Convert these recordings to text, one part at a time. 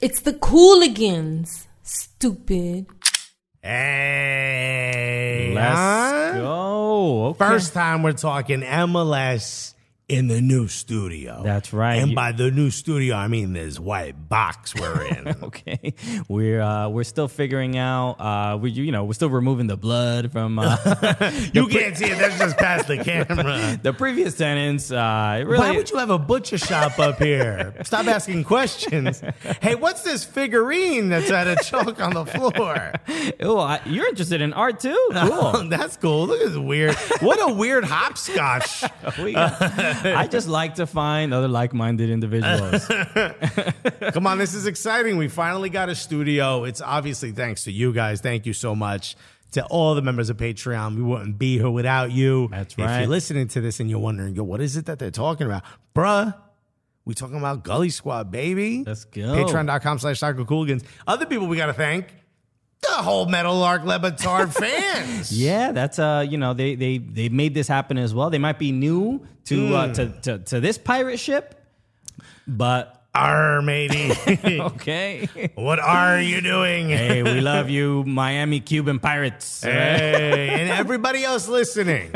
It's the Cooligans. Stupid. Hey. Let's huh? go. Okay. First time we're talking MLS in the new studio. That's right. And You- by the new studio, I mean this white box we're in. Okay, we're uh, we're still figuring out. Uh, we you know we're still removing the blood from uh, you can't see it. That's just past the camera. the previous tenants. Uh, it really, Why would you have a butcher shop up here? Stop asking questions. Hey, what's this figurine that's out of chalk on the floor? Oh, I, you're interested in art too. Cool. that's cool. Look at this weird. What a weird hopscotch. We- I just like to find other like-minded individuals. Come on, this is exciting. We finally got a studio. It's obviously thanks to you guys. Thank you so much to all the members of Patreon. We wouldn't be here without you. That's If right. you're listening to this and you're wondering, yo, what is it that they're talking about? Bruh, we talking about Gully Squad, baby. Let's go. Patreon.com slash Soccer Cooligans. Other people we got to thank. The whole Metal Arc Lebatard fans. Yeah, that's uh, you know, they they they made this happen as well. They might be new to Hmm. uh, to, to to this pirate ship, but Arr, matey. okay. what are you doing? hey, we love you, Miami Cuban pirates. Hey, and everybody else listening.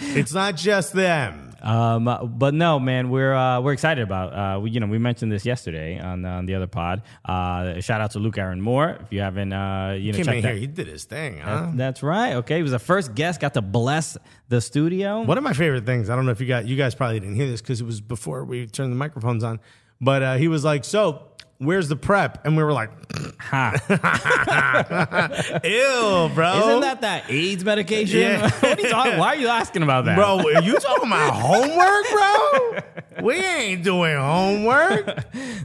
It's not just them. Um, uh, but no, man, we're uh, we're excited about. Uh, we, you know, we mentioned this yesterday on, on the other pod. Uh, shout out to Luke Aaron Moore. If you haven't, uh, you know, Came in checked here. that. He did his thing, huh? That's right. Okay, he was the first guest. Got to bless the studio. One of my favorite things. I don't know if you got you guys probably didn't hear this because it was before we turned the microphones on. But uh, he was like, "So, where's the prep?" And we were like, Ha. "Ew, bro." Isn't that that AIDS medication? Yeah. what are you talking? Why are you asking about that, Bro, are you talking about homework, bro? We ain't doing homework.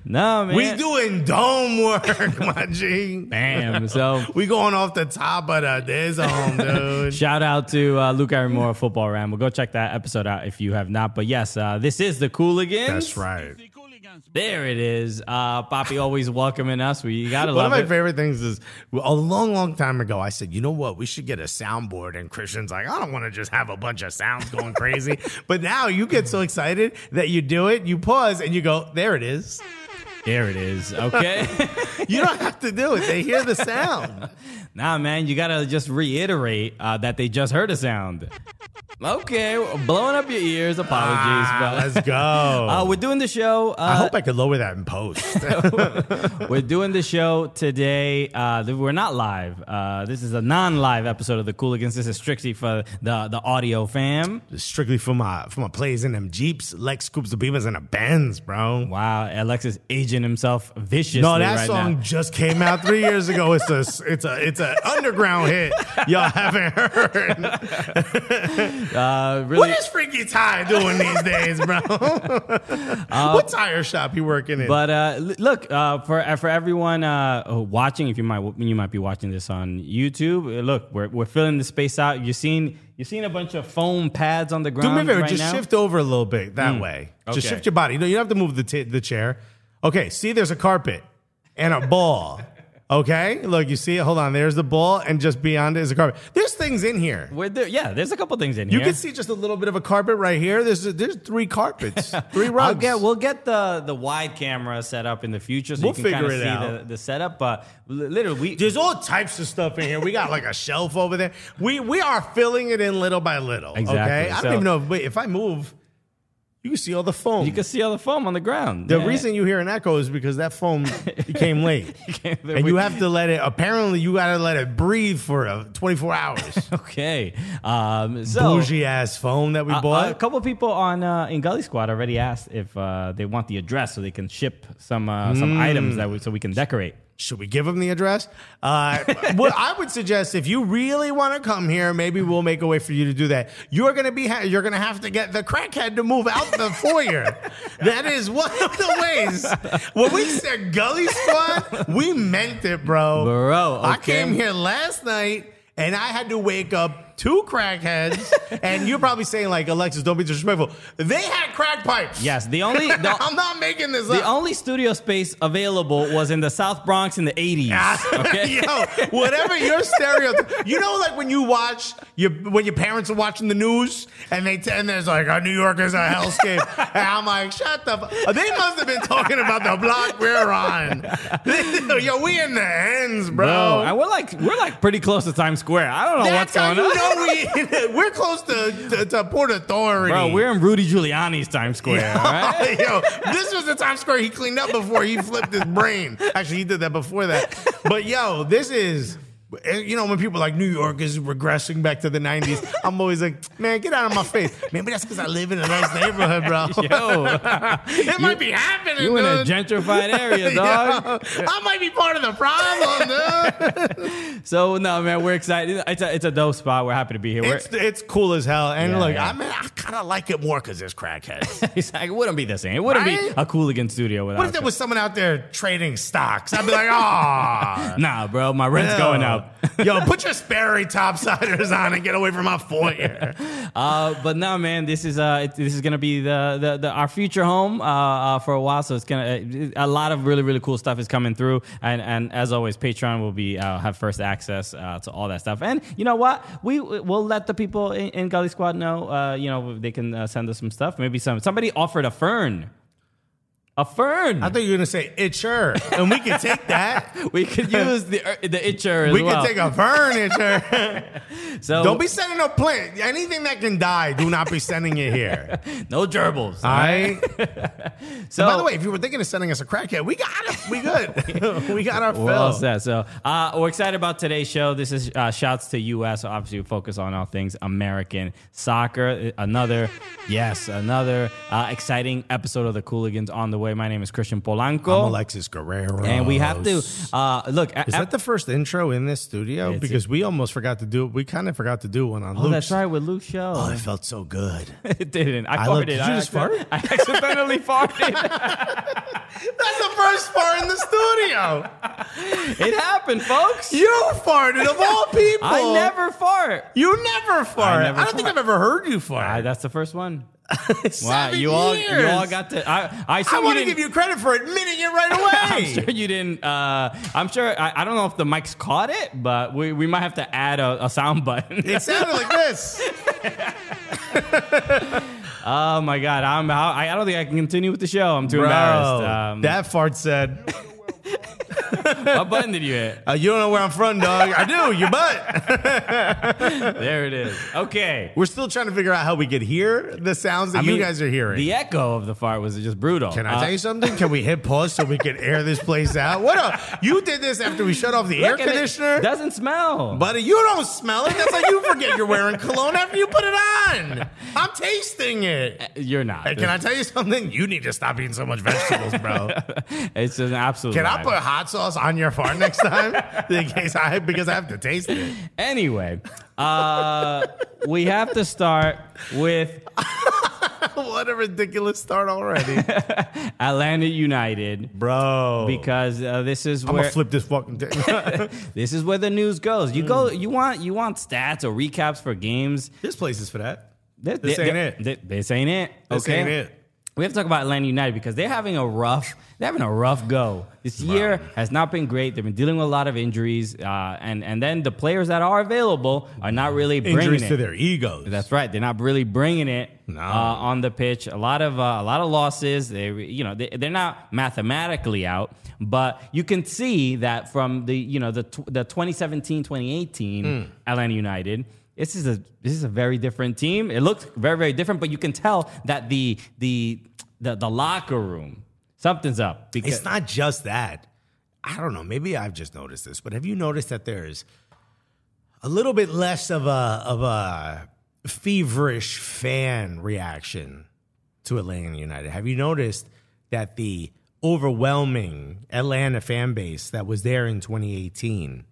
No, man. We doing dome work, my G. Damn. So We going off the top of the there's a home, dude. Shout out to uh, Luke Aaron Moore, Football Ramble. Go check that episode out if you have not. But yes, uh, this is the Cooligans. right. There it is. Uh, Poppy always welcoming us. We gotta One love of my it. favorite things is a long, long time ago, I said, you know what? We should get a soundboard. And Christian's like, I don't want to just have a bunch of sounds going crazy. but now you get so excited that you do it, you pause, and you go, there it is. There it is. Okay. You don't have to do it. They hear the sound. nah, man, you gotta just reiterate uh, that they just heard a sound. Okay, we're blowing up your ears. Apologies, Ah, but let's go. uh, we're doing the show. Uh, I hope I could lower that in post. We're doing the show today. Uh, th- we're not live. Uh, this is a non-live episode of the Cooligans. This is strictly for the the audio fam. Strictly for my for my plays in them Jeeps, Lex Scoops the Beavers, and the Benz, bro. Wow, Alexis aging himself viciously. No, that right song now. just came out three years ago. It's a it's a it's a underground hit. Y'all haven't heard. Uh, What really, is Freaky Ty doing these days, bro? what tire shop you working in? Uh, But uh, l- look uh, for uh, for everyone uh, who watching, if you might you might be watching this on YouTube. uh, Look, we're we're filling the space out. You're seeing you're seeing a bunch of foam pads on the Do ground me a favor, um, right just now. Hmm. shift over a little bit that way. Just Okay. shift your body. You know, you don't have to move the t- the chair. Okay, see, there's a carpet and a ball. Okay, look, you see it. Hold on, there's the ball, and just beyond it is a carpet. There's things in here. We're there. Yeah, there's a couple things in You here. can see just a little bit of a carpet right here. There's there's three carpets, three rugs. I'll get, we'll get the, the wide camera set up in the future so We'll you can figure kinda it see out. The, the setup. But li- literally, we, There's all types of stuff in here. We got like a shelf over there. We we are filling it in little by little. Okay. Exactly. I don't So- even know if, wait, if I move, you can see all the foam. you can see all the foam on the ground. the Yeah. reason you hear an echo is because that foam came late. and you have to let it apparently you gotta let it breathe for uh, 24 hours. Okay. Um, so, Bougie ass phone that we Uh, uh, a bought. couple people on uh, in Gully Squad Hmm. already asked if uh, they want the address so they can ship some uh, some items that we, so we can decorate. Should we give them the address? Uh, what I would suggest, if you really want to come here, maybe we'll make a way for you to do that. You're gonna be, ha- you're gonna have to get the crackhead to move out the foyer. that is one of the ways. When we said Gully Squad, we meant it, bro. Bro, I okay. came here last night and I had to wake up two crackheads. and you're probably saying like, Alexis, don't be disrespectful. They had crack pipes. Yes, the only the, I'm not making this the up. only studio space available was in the South Bronx in the eighties. Okay, Yo, whatever your stereotype, you know, like when you watch your when your parents are watching the news and they t- and there's like a New York is a hellscape, and I'm like, shut the. F-. They must have been talking about the block we're on. Yo, we in the ends, bro. bro, and we're like we're like pretty close to Times Square. I don't know That's what's going how on. you know we we're close to, to, to Port Authority. Bro, we're in Rudy Giuliani's Times Square, right? Yo, this was the Times Square he cleaned up before he flipped his brain. Actually, he did that before that. But yo, this is. eh, You know, when people are like New York is regressing back to the 90s, I'm always like, man, get out of my face. Maybe that's because I live in a nice neighborhood, bro. Yo, it might be happening. you in a dude. gentrified area, Yeah. dog. I might be part of the problem, dude. So no, man, we're excited. It's a it's a dope spot. We're happy to be here. We're, it's, it's cool as hell. And Yeah, look, yeah. I mean, I kind of like it more because there's crackheads. it's like, it wouldn't be the same. It wouldn't Right? be a Cooligan studio without. What if there it. was someone out there trading stocks? I'd be like, ah. Nah, bro, my rent's going up. Yo, put your Sperry topsiders on and get away from my foyer. Uh, but no, man, this is uh, it, this is gonna be the, the, the our future home uh, uh, for a while. So it's gonna uh, a lot of really really cool stuff is coming through, and and as always, Patreon will be uh, have first access uh, to all that stuff. And you know what, we will let the people in, in Gully Squad know. Uh, you know they can uh, send us some stuff. Maybe some somebody offered a fern, a fern. I thought you were gonna say itcher, and we could take that. we could use the er, the itcher as We well. could take a furniture. so Don't be sending a plant. Anything that can die, do not be sending it here. no gerbils. All right. so Uh, By the way, if you were thinking of sending us a crackhead, we got it. We good. we got our fill. Well said. So uh, we're excited about today's show. This is uh, shouts to U.S. Obviously, we focus on all things American soccer. Uh, Another, yes, another uh, exciting episode of the Cooligans on the way. My name is Christian Polanco, I'm Alexis Guerrero, and we have to uh, look. Is that the first intro in this studio? It's- because we almost forgot to do. We kind of forgot to do one on. Oh, Luke's. that's right with Luke show. Oh, it felt so good. it didn't. I, I farted. love- did you I just accident- I accidentally farted. That's the first fart in the studio. It happened, folks. You farted of all people. I never fart. You never fart. I, never don't think I've ever heard you fart. Uh, that's the first one. Wow, Seven you all, you years. all got to. I, I, assume I you want to didn't- give you credit for admitting it right I'm away. sure you didn't. Uh, I'm sure. I, I don't know if the mics caught it, but we, we might have to add a, a sound button. It sounded like this. oh my god! I'm. I, I don't think I can continue with the show. I'm too embarrassed. Um, that fart said, what button did you hit? uh, "You don't know where I'm from, dog." I do. Your butt. There it is. Okay. We're still trying to figure out how we could hear the sounds that I mean, you guys are hearing. The echo of the fart was just brutal. Can I Uh, tell you something? Can we hit pause so we can air this place out? What up? You did this after we shut off the air look at it. conditioner. doesn't smell. Buddy, you don't smell it. That's like you forget you're wearing cologne after you put it on. I'm tasting it. You're not. Hey, can I tell you something? You need to stop eating so much vegetables, bro. Oh It's just an absolute. Can I lie. put hot sauce on your fart next time? In case I because I have to taste it. Anyway, uh, we have to start with What a ridiculous start already. Atlanta United Bro. because uh, this is I'm where gonna flip this fucking thing. This is where the news goes. You go. Mm. You want you want stats or recaps for games. this place is for that. Th- This th- ain't th- This ain't it. This okay. ain't it. We have to talk about Atlanta United because they're having a rough. They're having a rough go. This year has not been great. They've been dealing with a lot of injuries, uh, and and then the players that are available are not really bringing Injuries it. to their egos. That's right. They're not really bringing it No. uh, on the pitch. A lot of uh, a lot of losses. They you know they, they're not mathematically out, but you can see that from the you know the tw- the 2017-2018 Hmm. Atlanta United. This is a this is a very different team. It looks very very different, but you can tell that the the the, the locker room something's up because It's not just that. I don't know. Maybe I've just noticed this, but have you noticed that there's a little bit less of a of a feverish fan reaction to Atlanta United? Have you noticed that the overwhelming Atlanta fan base that was there in 2018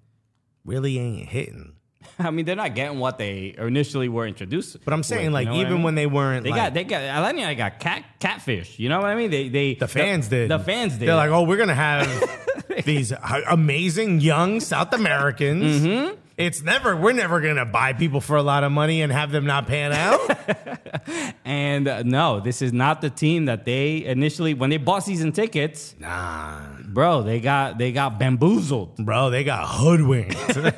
really ain't hitting. I mean, they're not getting what they initially were introduced. But I'm saying, with, like, you know what I even mean? when they weren't, They like, got they got Atlanta got cat catfish. You know what I mean? They they the fans did. The fans did. They're like, oh, we're gonna have these h- amazing young South Americans. It's never. We're never gonna buy people for a lot of money and have them not pan out. and uh, no, this is not the team that they initially when they bought season tickets, nah, bro. They got they got bamboozled, bro, they got hoodwinked.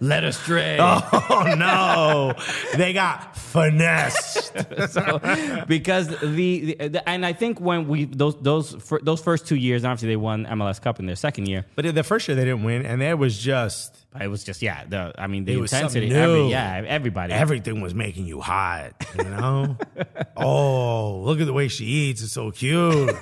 led astray. oh no, they got finessed. because the, the and I think when we those those fir- those first two years, obviously they won MLS Cup in their second year. But in the first year they didn't win, and there was just It was just yeah, the I mean the It was intensity, something every, new. yeah, everybody, everything was making you hot. You know, oh look at the way she eats; it's so cute.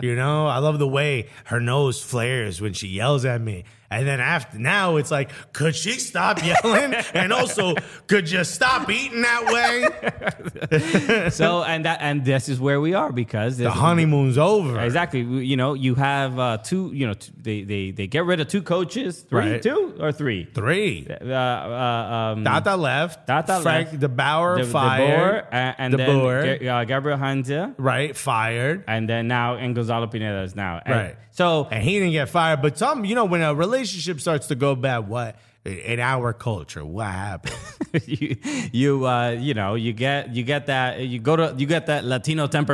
You know, I love the way her nose flares when she yells at me. And then after now, it's like, could she stop yelling? and also, could you stop eating that way? so and that and this is where we are because The honeymoon's over. Exactly. We- You know, you have uh, two. You know, t- they they they get rid of two coaches. Three, Right. two or three. Three. Uh, uh, um, Tata left. Tata Frank left. De Bauer De- De fired. Boer, and, and De then Boer. Ga- uh, Gabriel Hanza, right, fired. and then now and Gonzalo Pineda is now And Right. So and he didn't get fired. But some, you know, when a relationship starts to go bad, what in our culture, what happens? you you uh, you know you get you get that you go to you get that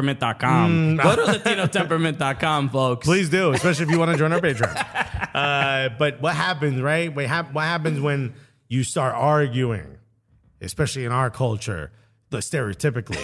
latinotemperament.com go to latinotemperament.com folks Mm. Please do, especially if you want to join our Patreon. Uh, but what happens, right? What, hap- what happens when you start arguing, especially in our culture, the stereotypically?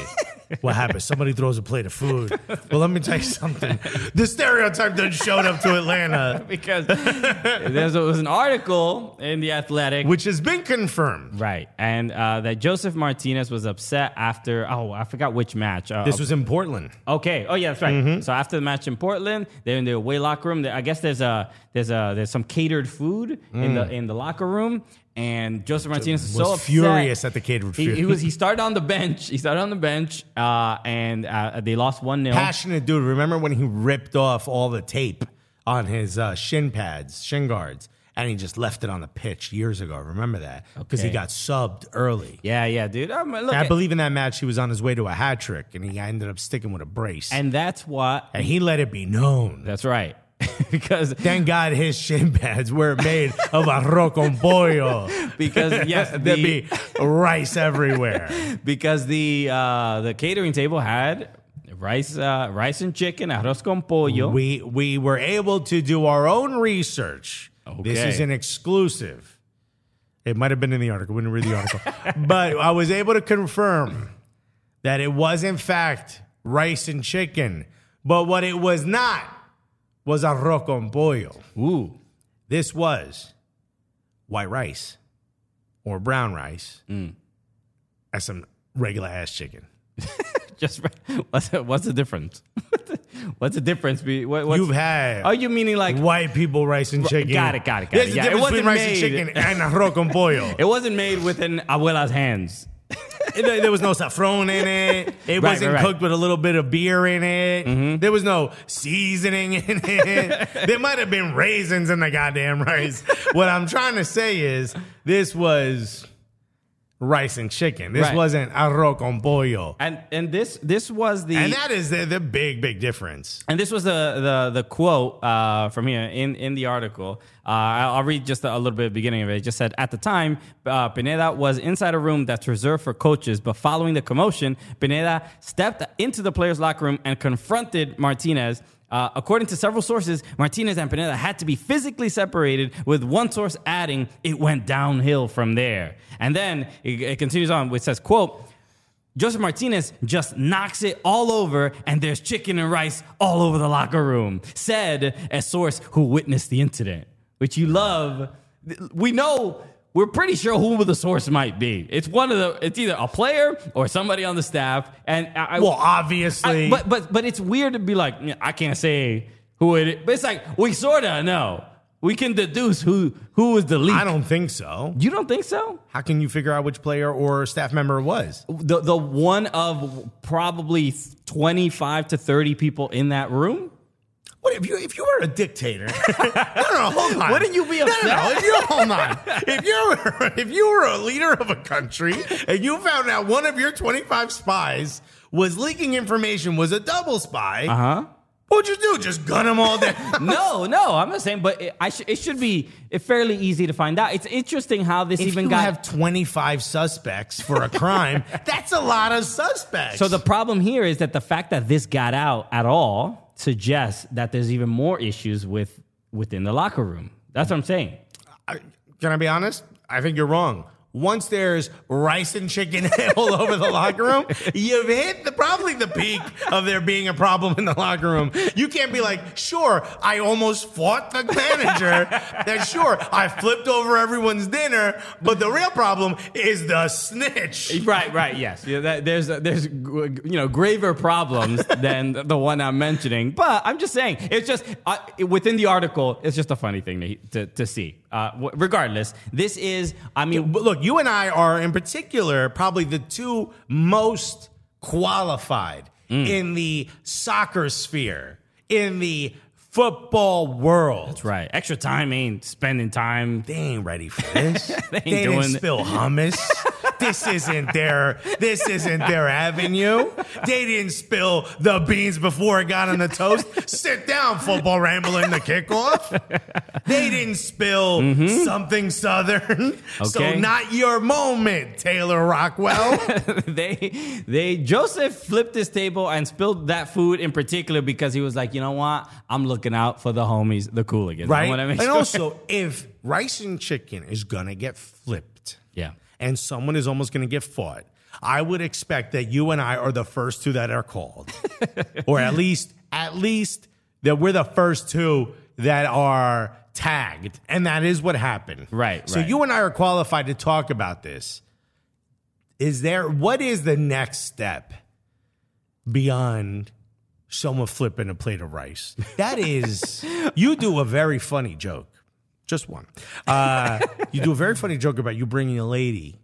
What happens? Somebody throws a plate of food. Well, let me tell you something. The stereotype that showed up to Atlanta, because there was an article in the Athletic which has been confirmed. Right, and uh, that Joseph Martinez was upset after. Oh, I forgot which match. Uh, This Mm-hmm. was in Portland. okay. Oh yeah, that's right. So after the match in Portland, they're in the away locker room. I guess there's a there's a there's some catered food in the in the locker room, and Joseph Martinez is Mm. Was so upset. furious at the catered He, food. he was he started on the bench. He started on the bench, uh, and uh, they lost one 0 passionate dude. Remember when he ripped off all the tape on his uh, shin pads, shin guards, and he just left it on the pitch years ago. Remember that because he Okay. got subbed early. Yeah, yeah, dude. Um, look, I believe in that match. He was on his way to a hat trick, and he ended up sticking with a brace. And, and that's what. he let it be known. That's right, because Thank God his shin pads were made of arroz con pollo. because yes, There'd the- be rice everywhere. because the uh, the catering table had rice uh, rice and chicken arroz con pollo. We we were able to do our own research. This Okay. is an exclusive. It might have been in the article. We didn't read the article, but I was able to confirm that it was in fact rice and chicken. But what it was not was arroz con pollo. Ooh, This was white rice or brown rice Mm. and some regular ass chicken. just what's the, what's the difference? what's the difference? be- What, what's, You've had. Are you meaning like white people rice and chicken. got it, got it, got There's it. a Yeah, it difference wasn't between rice made. and chicken and arroz con pollo. it wasn't made with an abuela's hands? there there was no saffron in it. It wasn't Right, right, Mm-hmm. right. cooked with a little bit of beer in it. There was no seasoning in it. there might have been raisins in the goddamn rice. what I'm trying to say is this was rice and chicken. This Right. wasn't arroz con pollo. And and this this was the And that is the, the big, big difference. And this was the the the quote uh, from here in in the article. Uh, I'll I'll read just a, little bit of the beginning of it. It just said at the time, uh, Pineda was inside a room that's reserved for coaches, but following the commotion, Pineda stepped into the players' locker room and confronted Martinez. Uh, according to several sources, Martinez and Pineda had to be physically separated, with one source adding it went downhill from there. And then it, it continues on, which says, "quote." Joseph Martinez just knocks it all over, and there's chicken and rice all over the locker room, said a source who witnessed the incident, which you love. We know, we're pretty sure who the source might be. It's one of the, it's either a player or somebody on the staff. And I, I- Well, obviously. I- but, but, but it's weird to be like, "Yeah, I can't say who it is. But it's like, we sort of know. We can deduce who who was the lead. I don't think so. You don't think so? How can you figure out which player or staff member it was? the the one of probably 25 to 30 people in that room What if you if you were a dictator? no, no, hold on. Wouldn't you be No, no, no. upset? If you hold on. If you were if you were a leader of a country and you found out one of your twenty five spies was leaking information, was a double spy, Uh huh. what'd you do? Just gun them all down? No, no, I'm not saying, but it, I sh- it should be fairly easy to find out. It's interesting how this If even you got. have 25 suspects for a crime, that's a lot of suspects. so the problem here is that the fact that this got out at all suggests that there's even more issues with within the locker room. That's what I'm saying. I, can I be honest? I think you're wrong. Once there's rice and chicken all over the locker room, you've hit the, probably the peak of there being a problem in the locker room. You can't be like, sure, I almost fought the manager. That sure, I flipped over everyone's dinner, but the real problem is the snitch. Right, right, yes. Yeah, that, there's uh, there's you know graver problems than the one I'm mentioning, but I'm just saying it's just uh, within the article. It's just a funny thing to to, to see. Uh, w- regardless, this is I mean But look, you and I are in particular probably the two most qualified in the soccer sphere, in the football world. That's Right. Extra time ain't spending time. They ain't ready for this. they ain't didn't doing it. spill hummus. this isn't their this isn't their avenue. They didn't spill the beans before it got on the toast. Sit down, football rambling the kickoff. They didn't spill something southern. So Mm-hmm. Okay. not your moment, Taylor Rockwell. they they Joseph flipped his table and spilled that food in particular because he was like, you know what? I'm looking out for the homies, the cooligans. I right? wanna make and sure- also, if rice and chicken is gonna get flipped, Yeah. and someone is almost gonna get fought, I would expect that you and I are the first two that are called, or at least at least that we're the first two that are tagged, and that is what happened. Right, So right. you and I are qualified to talk about this. Is there what is the next step beyond? someone flipping a plate of rice. That is, you do a very funny joke. Just one. Uh, you do a very funny joke about you bringing a lady,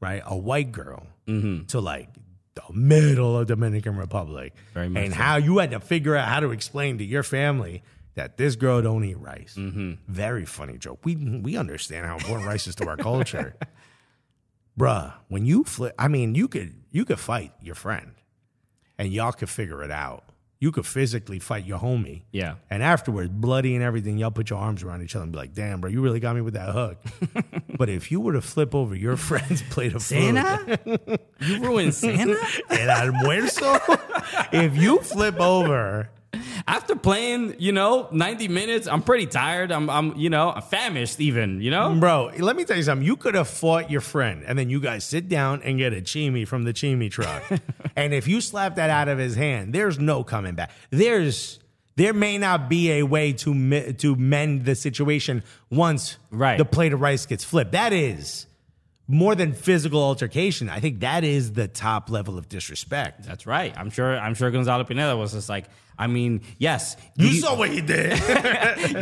right, a white girl, Mm-hmm. to like the middle of Dominican Republic, Very much and so. how you had to figure out how to explain to your family that this girl don't eat rice. Mm-hmm. Very funny joke. We we understand how important rice is to our culture, bruh. When you flip, I mean, you could you could fight your friend and y'all could figure it out. You could physically fight your homie. Yeah. And afterwards, bloody and everything, y'all put your arms around each other and be like, damn, bro, you really got me with that hook. but if you were to flip over your friend's plate of food You ruined Santa? and almuerzo, if you flip over, After playing, you know, 90 minutes, I'm pretty tired. I'm I'm you know, I'm famished even, you know? bro, let me tell you something. You could have fought your friend and then you guys sit down and get a chimi from the chimi truck. and if you slap that out of his hand, there's no coming back. There's. There may not be a way to me- to mend the situation once Right. the plate of rice gets flipped. That is more than physical altercation. I think that is the top level of disrespect. That's right. I'm sure I'm sure Gonzalo Pineda was just like, I mean, yes. You saw what he did.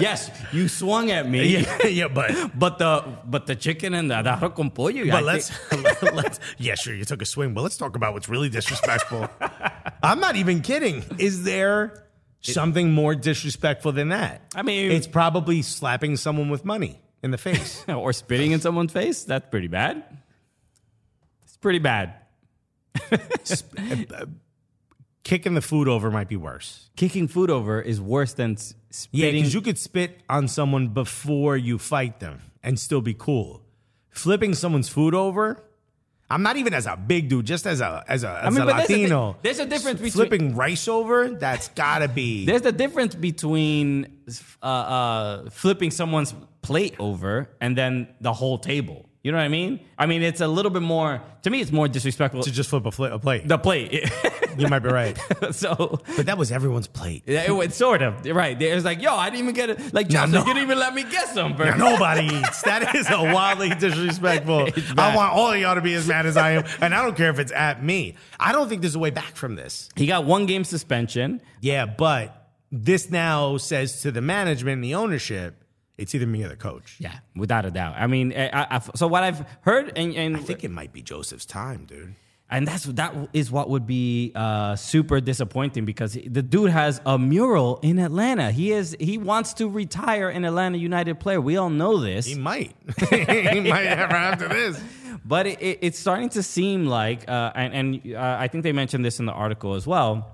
Yes, you swung at me. yeah, yeah, but But the but the chicken and the arroz con pollo. I But thi- let's, let's, yeah, sure, you took a swing, but let's talk about what's really disrespectful. I'm not even kidding. Is there something more disrespectful than that? I mean- it's probably slapping someone with money in the face. or spitting in someone's face. That's pretty bad. It's pretty bad. Kicking the food over might be worse. Kicking food over is worse than s- Yeah, spitting. because you could spit on someone before you fight them and still be cool. Flipping someone's food over. I'm not even as a big dude, just as a as a, as mean, a but there's a di- Latino. there's a difference between- flipping rice over. That's gotta be There's the difference between uh, uh, flipping someone's plate over and then the whole table. You know what I mean? I mean, it's a little bit more. To me, it's more disrespectful. to just flip a, fl- a plate. the plate. You might be right. so But that was everyone's plate. yeah, it was sort of right. It was like, yo, I didn't even get it. Like, No, Johnson no. didn't even let me get some. bro. Nobody eats. That is a wildly disrespectful. I want all of y'all to be as mad as I am, and I don't care if it's at me. I don't think there's a way back from this. He got one game suspension. Yeah, but this now says to the management and the ownership, it's either me or the coach. Yeah, without a doubt. I mean, I, I- I- so what I've heard, and, and I think it might be Joseph's time, dude. and that's that is what would be uh, super disappointing because the dude has a mural in Atlanta. He is he wants to retire an Atlanta United player. We all know this. He might. he might ever after this. but it, it, it's starting to seem like, uh, and, and uh, I think they mentioned this in the article as well,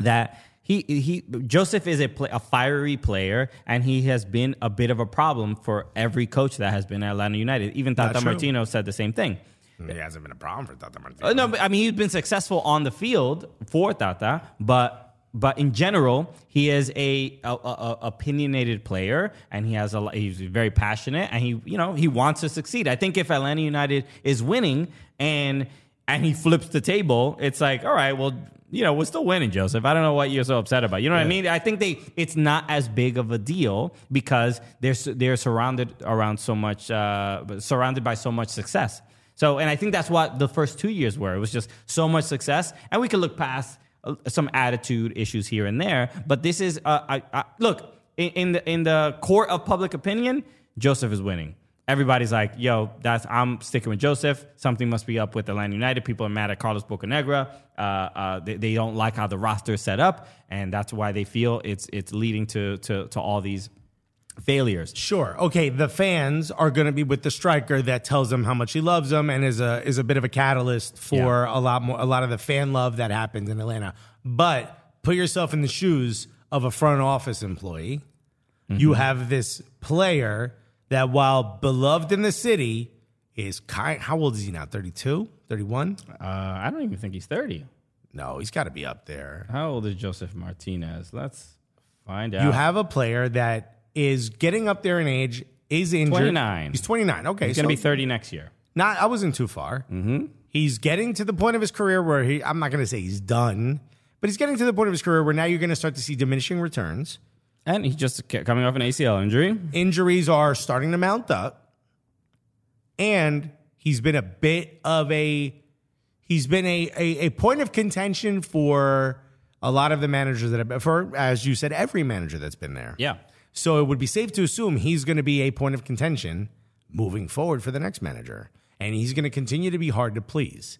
that he he Joseph is a play, a fiery player, and he has been a bit of a problem for every coach that has been at Atlanta United. Even Tata true. Martino said the same thing. It hasn't been a problem for Tata Martino. Uh, No, but I mean he's been successful on the field for Tata, but. But in general, he is a, a, a- a opinionated player, and he has a lo- he's very passionate, and he you know he wants to succeed. I think if Atlanta United is winning and and he flips the table, it's like all right, well you know we're still winning, Joseph. I don't know what you're so upset about. You know what I mean? I think they it's not as big of a deal because they're su- they're surrounded around so much uh, surrounded by so much success. So, and I think that's what the first two years were. It was just so much success, and we could look past uh, some attitude issues here and there. But this is, uh, I, I, look, in, in the in the court of public opinion, Joseph is winning. Everybody's like, "Yo, that's I'm sticking with Joseph. Something must be up with Atlanta United. People are mad at Carlos Bocanegra. Uh, uh, they, they don't like how the roster is set up, and that's why they feel it's it's leading to to to all these failures." Sure. Okay, the fans are going to be with the striker that tells them how much he loves them and is a is a bit of a catalyst for a lot more a lot of the fan love that happens in Atlanta. But put yourself in the shoes of a front office employee. Mm-hmm. You have this player that while beloved in the city is kind how old is he now? 32? 31? Uh, I don't even think he's thirty. No, he's got to be up there. How old is Joseph Martinez? Let's find out. You have a player that is getting up there in age, is injured. 29. He's 29. Okay. He's going to so be 30 next year. Not, I wasn't too far. Mm-hmm. He's getting to the point of his career where he, I'm not going to say he's done, but he's getting to the point of his career where now you're going to start to see diminishing returns. And he's just ca- coming off an ACL injury. Injuries are starting to mount up. And he's been a bit of a, he's been a, a, a point of contention for a lot of the managers that have been, for, as you said, every manager that's been there. Yeah. So it would be safe to assume he's going to be a point of contention moving forward for the next manager. And he's going to continue to be hard to please.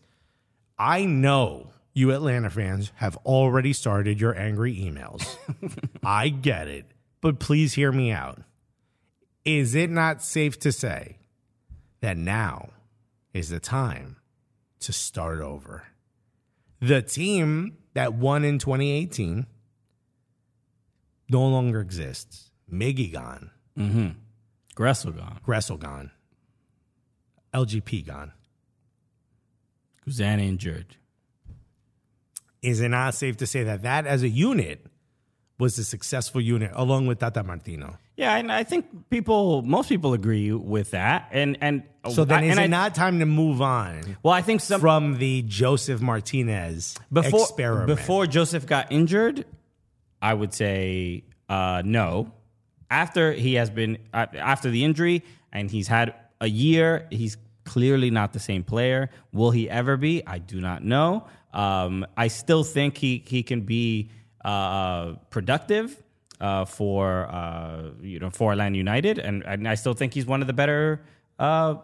I know you Atlanta fans have already started your angry emails. I get it, but please hear me out. Is it not safe to say that now is the time to start over? The team that won in 2018 no longer exists. Miggy gone, Gressel gone. Gressel gone, LGP gone. Guzan injured. Is it not safe to say that that as a unit was a successful unit along with Tata Martino? Yeah, and I think people, most people agree with that. And and So then Oh, I, is and it I- not time to move on Well, I think some from the Joseph Martinez before experiment? before Joseph got injured, I would say uh, no. After he has been uh, after the injury and he's had a year, he's clearly not the same player. Will he ever be? I do not know. Um, I still think he he can be uh, productive uh, for uh, you know for Atlanta United, and, and I still think he's one of the better. Uh,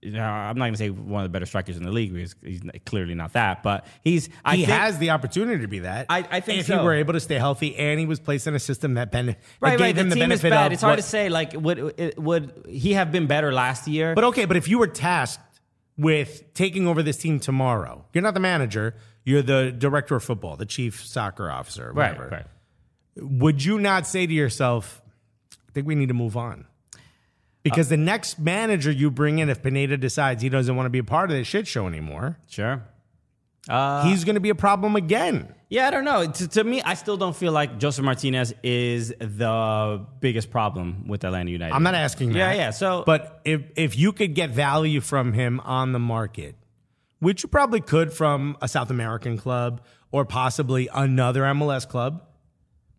you know, I'm not going to say one of the better strikers in the league because he's clearly not that, but he's I he think, has the opportunity to be that. I- I think if so. he were able to stay healthy and he was placed in a system that, ben- that Right, gave right. The, him the, team is benefit bad. of It's hard what- to say. Like, would it, would he have been better last year? But okay, but if you were tasked with taking over this team tomorrow, you're not the manager, you're the director of football, the chief soccer officer, right, whatever. right. Would you not say to yourself, I think we need to move on? Because the next manager you bring in, if Pineda decides he doesn't want to be a part of this shit show anymore, Sure. Uh, he's going to be a problem again. Yeah, I don't know. To, to me, I still don't feel like Joseph Martinez is the biggest problem with Atlanta United. I'm not asking Yeah, that. yeah, so- but if if you could get value from him on the market, which you probably could from a South American club or possibly another MLS club,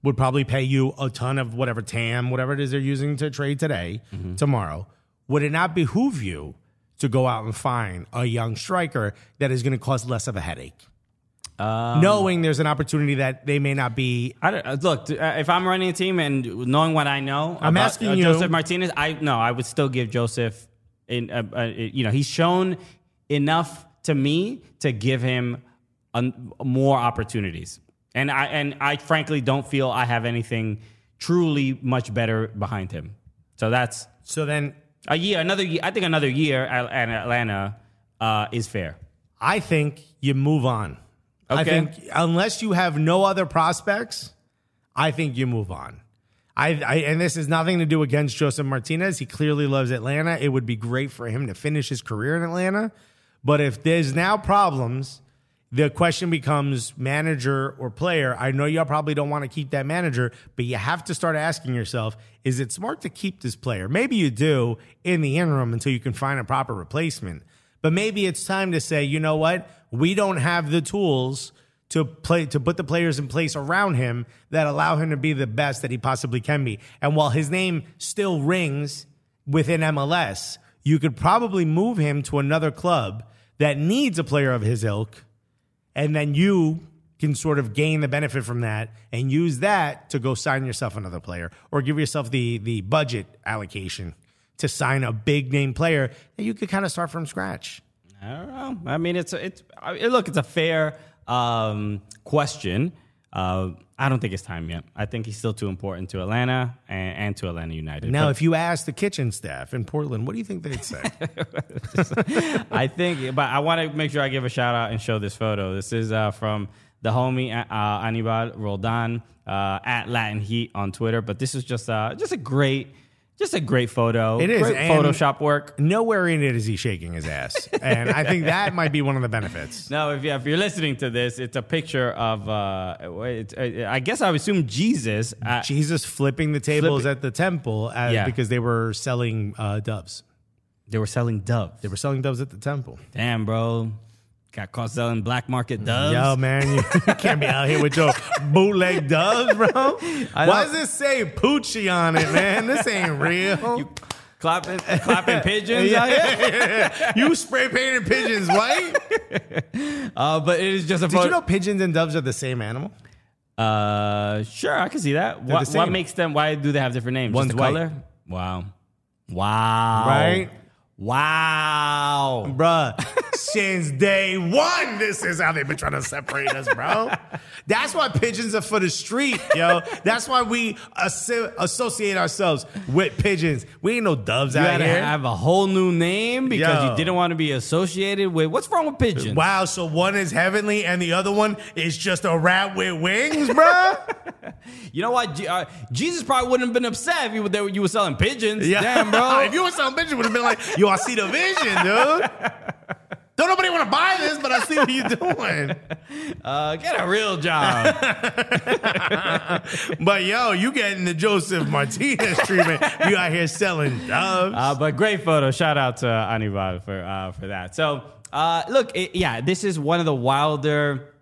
would probably pay you a ton of whatever TAM, whatever it is they're using to trade today, Mm-hmm. tomorrow. Would it not behoove you to go out and find a young striker that is going to cause less of a headache? Um, Knowing there's an opportunity that they may not be I don't, uh, look, t- uh, if I'm running a team and knowing what I know, I'm about, asking uh, you- Joseph uh, Martinez. I no, I would still give Joseph. In uh, uh, you know, he's shown enough to me to give him un- more opportunities. And I and I frankly don't feel I have anything truly much better behind him. So that's So then a year, another year. I think another year at at Atlanta uh, is fair. I think you move on. I Okay. think unless you have no other prospects, I think you move on. I, I and this is nothing to do against Joseph Martinez. He clearly loves Atlanta. It would be great for him to finish his career in Atlanta. But if there's now problems, the question becomes manager or player. I know y'all probably don't want to keep that manager, but you have to start asking yourself, is it smart to keep this player? Maybe you do in the interim until you can find a proper replacement. But maybe it's time to say, you know what? We don't have the tools to play to put the players in place around him that allow him to be the best that he possibly can be. And while his name still rings within MLS, you could probably move him to another club that needs a player of his ilk and then you can sort of gain the benefit from that and use that to go sign yourself another player or give yourself the the budget allocation to sign a big name player that you could kind of start from scratch. I don't know. I mean, it's it's I mean, look, it's a fair um, question. Uh, I don't think it's time yet. I think he's still too important to Atlanta and, and to Atlanta United. Now, if you ask the kitchen staff in Portland, what do you think they'd say? I think, but I want to make sure I give a shout out and show this photo. This is uh, from the homie uh, Anibal Roldan uh, at Latin Heat on Twitter. But this is just uh, just a great, just a great photo. It is, Great and- Photoshop work. Nowhere in it is he shaking his ass, and I think that might be one of the benefits. No, if, you, if you're listening to this, it's a picture of, uh, it, it, I guess I would assume Jesus. Uh, Jesus flipping the tables at the temple as, Yeah. because they were selling uh, doves. they were selling doves. They were selling doves at the temple. Damn, bro. Got caught selling black market doves. Yo, man, you can't be out here with your bootleg doves, bro. I Why know. does this say Poochie on it, man? This ain't real. You, Clapping, clapping pigeons out here. yeah. you spray painted pigeons white. Uh, but it is just a Did photo. you know pigeons and doves are the same animal? Uh, sure, I can see that. What, the what same. makes them? Why do they have different names? One's Just the white. color. Wow, wow, Right? Wow. Oh. Bruh, since day one, this is how they've been trying to separate us, bro. That's why pigeons are for the street, yo. That's why we asso- associate ourselves with pigeons. We ain't no doves You had out to here. have a whole new name because Yo. you didn't want to be associated with. What's wrong with pigeons? Wow, so one is heavenly and the other one is just a rat with wings, bro? You know what? Je- uh, Jesus probably wouldn't have been upset if you were, they were- you were selling pigeons. Damn, if bro. you were selling bitches, would have been like, yo, I see the vision, dude. Don't nobody want to buy this, but I see what you're doing. Uh, get a real job. But yo, you getting the Joseph Martinez treatment. You out here selling doves. Uh, but great photo. Shout out to Anibal for uh, for that. So uh, look, it, yeah, this is one of the wilder,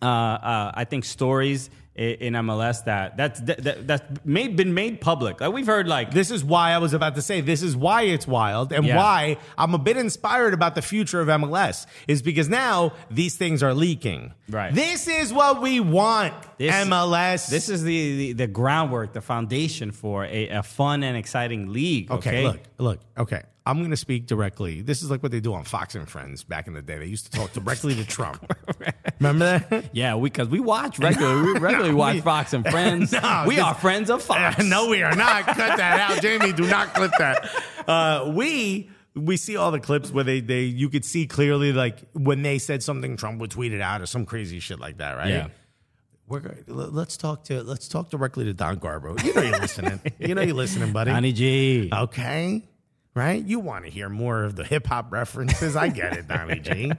uh, uh, I think, stories i- in MLS that that's that, that, that's made been made public. Like we've heard, like This is why I was about to say this is why it's wild and Yeah. why I'm a bit inspired about the future of MLS is because now these things are leaking. Right. This is what we want. This- MLS. this is the, the the groundwork, the foundation for a, a fun and exciting league. Okay, Okay, look, look, okay. I'm going to speak directly. This is like what they do on Fox and Friends back in the day. They used to talk directly to Trump. Remember that? yeah, because we, watch regularly, we regularly watch Fox and Friends. No, we this- are friends of Fox. no, we are not. Cut that out, Jamie. Do not clip that. Uh, we we see all the clips where they they you could see clearly like when they said something Trump would tweet it out or some crazy shit like that, right? Yeah. We're go- l- let's talk to let's talk directly to Don Garbo. You know you're listening. you know you're listening, buddy. Donnie G. Okay. Right? You want to hear more of the hip hop references. I get it, Donnie G.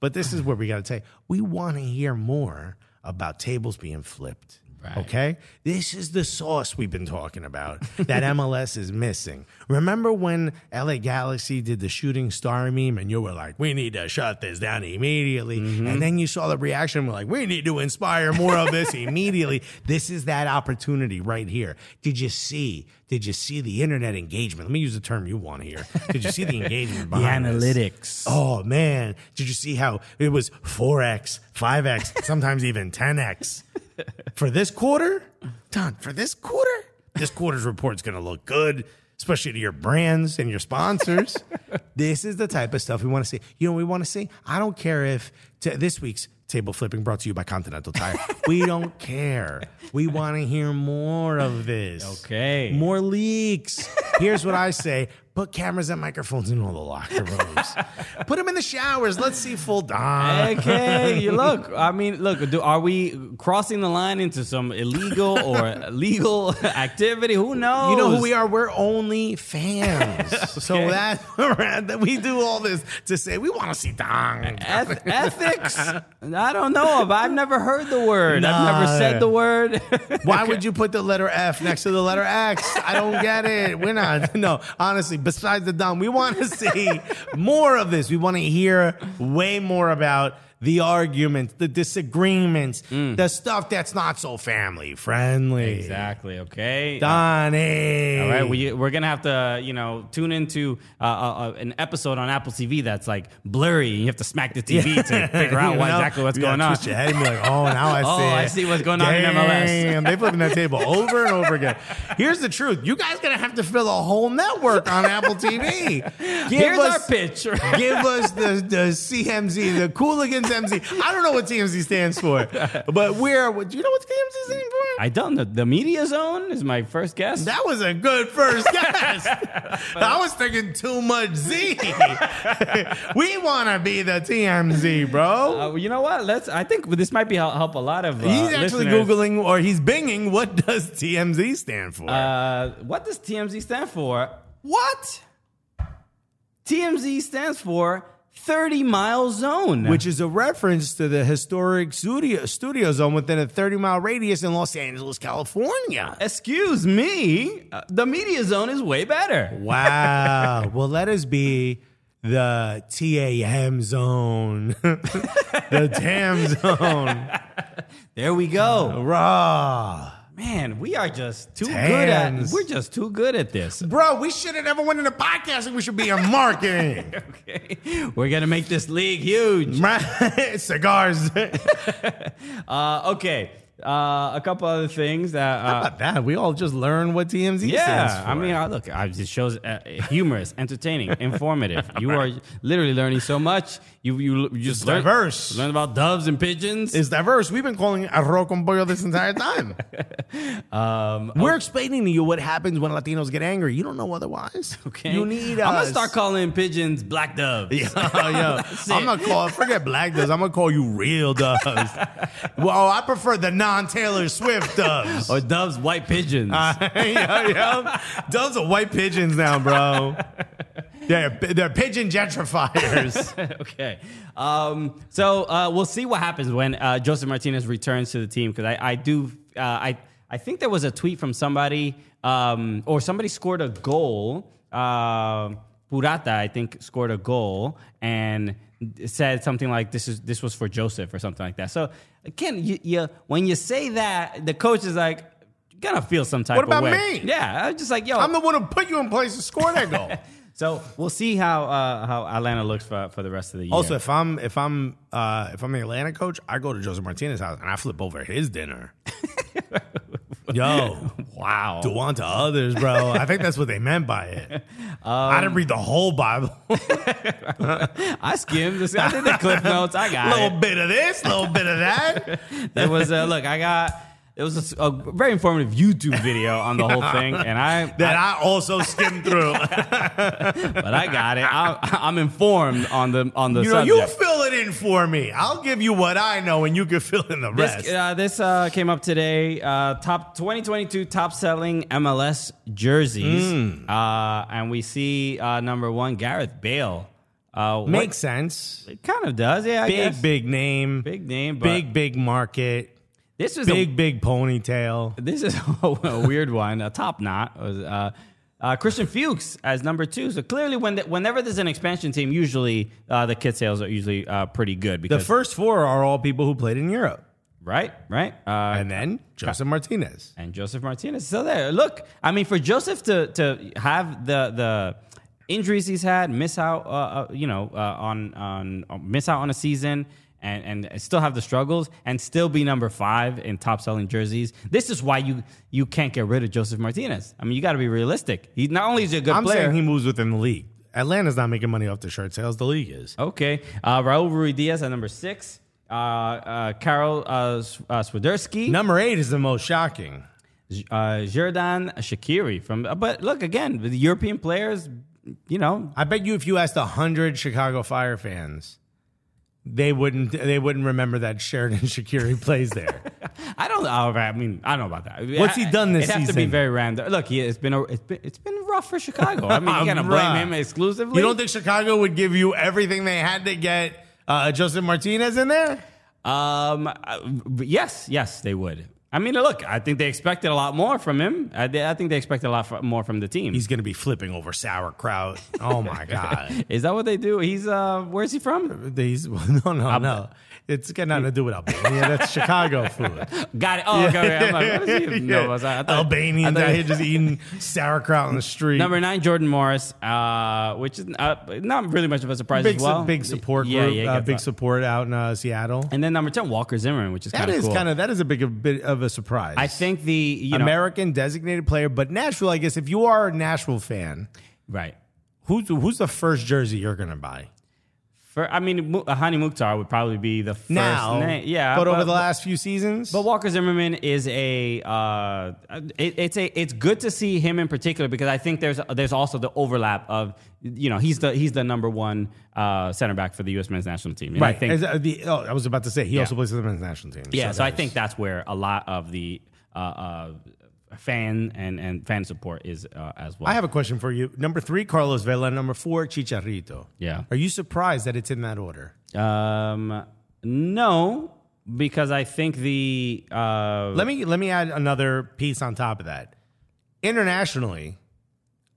But this is where we got to say we want to hear more about tables being flipped. Okay? This is the sauce we've been talking about that MLS is missing. Remember when LA Galaxy did the shooting star meme and you were like, we need to shut this down immediately. Mm-hmm. And then you saw the reaction, we're like, we need to inspire more of this immediately. This is that opportunity right here. Did you see? Did you see the internet engagement? Let me use the term you want here. Did you see the engagement The behind this? analytics. Oh man, did you see how it was 4x, 5x, sometimes even 10x for this quarter? Done for this quarter. This quarter's report's going to look good. especially to your brands and your sponsors. this is the type of stuff we want to see. You know, what we want to see. I don't care if t- this week's table flipping brought to you by Continental Tire. we don't care. We want to hear more of this. Okay. More leaks. Here's what I say. Put cameras and microphones in all the locker rooms. Put them in the showers. Let's see full Don. Okay, you look. I mean, look. Do, are we crossing the line into some illegal or legal activity? Who knows? You know who we are? We're only fans. So that, that we do all this to say we want to see Dong. Eth- ethics? I don't know. But I've never heard the word. I've Nah. never said the word. Why would you put the letter F next to the letter X? I don't get it. We're not. No, honestly, besides the dumb, we want to see more of this. We want to hear way more about the arguments, the disagreements, the stuff that's not so family friendly. Mm. exactly. Okay. Donnie. All right, we, we're gonna have to, you know, tune into uh, uh, an episode on Apple TV that's like blurry. You have to smack the TV to figure out You what, know, exactly what's you going gotta on. twist your head and be like, oh, now I see. Oh, I it. see what's going on in MLS. Damn, they flipping that table over and over again. Here's the truth: you guys gonna have to fill a whole network on Apple TV. Give Here's us- our pitch. Give us the, the CMZ, the Cooligans MZ. I don't know what CMZ stands for, but we're. Do you know what CMZ stands for? I don't know. The media zone is my first guess. that was a good first guess. I was thinking too much Z. we want to be the TMZ, bro. uh, you know what? Let's. I think this might be help, help a lot of. Uh, He's actually listeners. googling or he's binging. What does TMZ stand for? Uh, what does TMZ stand for? What? TMZ stands for thirty mile zone, which is a reference to the historic studio studio zone within a 30 mile radius in Los Angeles, California. excuse me, uh, the media zone is way better. Wow. well, let us be the TAM zone, the TAM zone. There we Oh. go. Raw. Man, we are just too good Tams. at. We're just too good at this. Bro, we should have never went into podcasting. We should be in marketing. Okay, we're gonna make this league huge. Right? Cigars. How Uh, okay, uh, a couple other things that. Uh, about that? We all just learned what TMZ stands Yeah, for. I mean, I, look, I, it shows uh, humorous, entertaining, informative. You are literally learning so much. You you, you just learn, diverse. Learn about doves and pigeons. It's diverse. We've been calling it arroz con pollo this entire time. um, We're explaining to you what happens when Latinos get angry. You don't know otherwise. okay, You need I'm gonna us. start calling pigeons black doves. Yeah, yeah. That's I'm it. gonna call. Forget black doves. I'm gonna call you real doves. well, oh, I prefer the non-Taylor Swift doves. or doves white pigeons. yeah, yeah. Doves are white pigeons now, bro. They're they're pigeon gentrifiers. okay. Um, so uh, we'll see what happens when uh, Joseph Martinez returns to the team because I, I do uh, I I think there was a tweet from somebody um, or somebody scored a goal. Uh, Purata, I think, scored a goal and said something like this is this was for Joseph or something like that. So again, you, you when you say that, the coach is like gonna feel some type What about of way. me? Yeah, I was just like, yo, I'm the one who put you in place to score that goal. so we'll see how uh, how Atlanta looks for, for the rest of the year. Also, if I'm if I'm uh, if I'm the Atlanta coach, I go to Joseph Martinez' house and I flip over his dinner. Yo, wow. do on to others, bro. I think that's what they meant by it. I didn't read the whole Bible. I skimmed. This, I did the clip notes. I A got little it. bit of this, a little bit of that. There was a look. I got. It was a s- a, very informative YouTube video on the whole thing, and I, That I also skimmed through. but I got it. I, I'm informed on the on the you know, subject. you fill it in for me. I'll give you what I know, and you can fill in the rest. This, uh, this uh, came up today. Uh, top 2022 top selling MLS jerseys, Hmm. uh, and we see uh, number one Gareth Bale. Uh, what- Makes sense. it kind of does, yeah. I big, guess. big name. big name, but big, big market. This was a- Big, big ponytail. This is a, weird one. A top knot. was, Uh, uh, Christian Fuchs as number two. So clearly, when the, whenever there's an expansion team, usually uh, the kit sales are usually uh, pretty good. The Because first four are all people who played in Europe. right, right, uh, And then Joseph Martinez. and Joseph Martinez is still there. Look, I mean, for Joseph to to have the the injuries he's had, miss out, uh, uh, you know, uh, on on miss out on a season, and and still have the struggles and still be number five in top selling jerseys. This is why you you can't get rid of Joseph Martinez. I mean, you got to be realistic. He not only is he a good I'm player. saying he moves within the league. Atlanta's not making money off the shirt sales. The league is. Okay. Uh, Raul Ruiz Diaz at number six. Uh, uh, Carol uh, S- uh, Swiderski. Number eight is the most shocking. J- Uh, Jordan Shakiri from. uh, But look again, the European players. You know, I bet you if you asked hundred Chicago Fire fans, they wouldn't they wouldn't remember that Sheridan Shakiri plays there. I don't. know. I mean, I don't know about that. What's he done this it has to be season? very random. Look, he, it's been a, it's been it's been rough for Chicago. I mean, you can't blame Bruh. him exclusively. You don't think Chicago would give you everything they had to get uh, Justin Martinez in there? Um. uh, Yes. Yes, they would. I mean, look. I think they expected a lot more from him. I, I think they expected a lot fr- more from the team. He's going to be flipping over sauerkraut. Oh my god. Is that what they do? He's uh. Where's he from? These well, no no no. It's got nothing to do with Albania. That's Chicago food. Got it. Oh, okay. okay. I'm like, what does he know? about that? I thought- Albanians I thought- out here just eating sauerkraut on the street. Number nine, Jordan Morris, uh, which is uh, not really much of a surprise big, as su- well. big support Yeah, group, yeah, uh, gets big that. support out in uh, Seattle. And then number ten, Walker Zimmerman, which is That kind of is cool. kind of that is a big a bit of a surprise. I think the you know, American designated player, but Nashville. I guess if you are a Nashville fan, right. who's who's the first jersey you're gonna buy For I mean, Mu- uh, Hani Mukhtar would probably be the first now? name. Yeah, but, over the last few seasons, But Walker Zimmerman is a uh, it, it's a it's good to see him in particular because I think there's there's also the overlap of you know he's the he's the number one uh, center back for the U.S. men's national team. And right? I think As, uh, the- oh, I was about to say he Yeah. also plays for the men's national team. yeah, so, I that think is- that's where a lot of the uh, uh, fan and and fan support is uh, as well. I have a question for you. Number three, Carlos Vela. Number four, Chicharito. Yeah. Are you surprised that it's in that order? um, no because I think the uh, Let me let me add another piece on top of that. Internationally,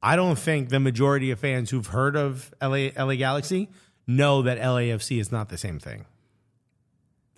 I don't think the majority of fans who've heard of LA, LA Galaxy know that LAFC is not the same thing.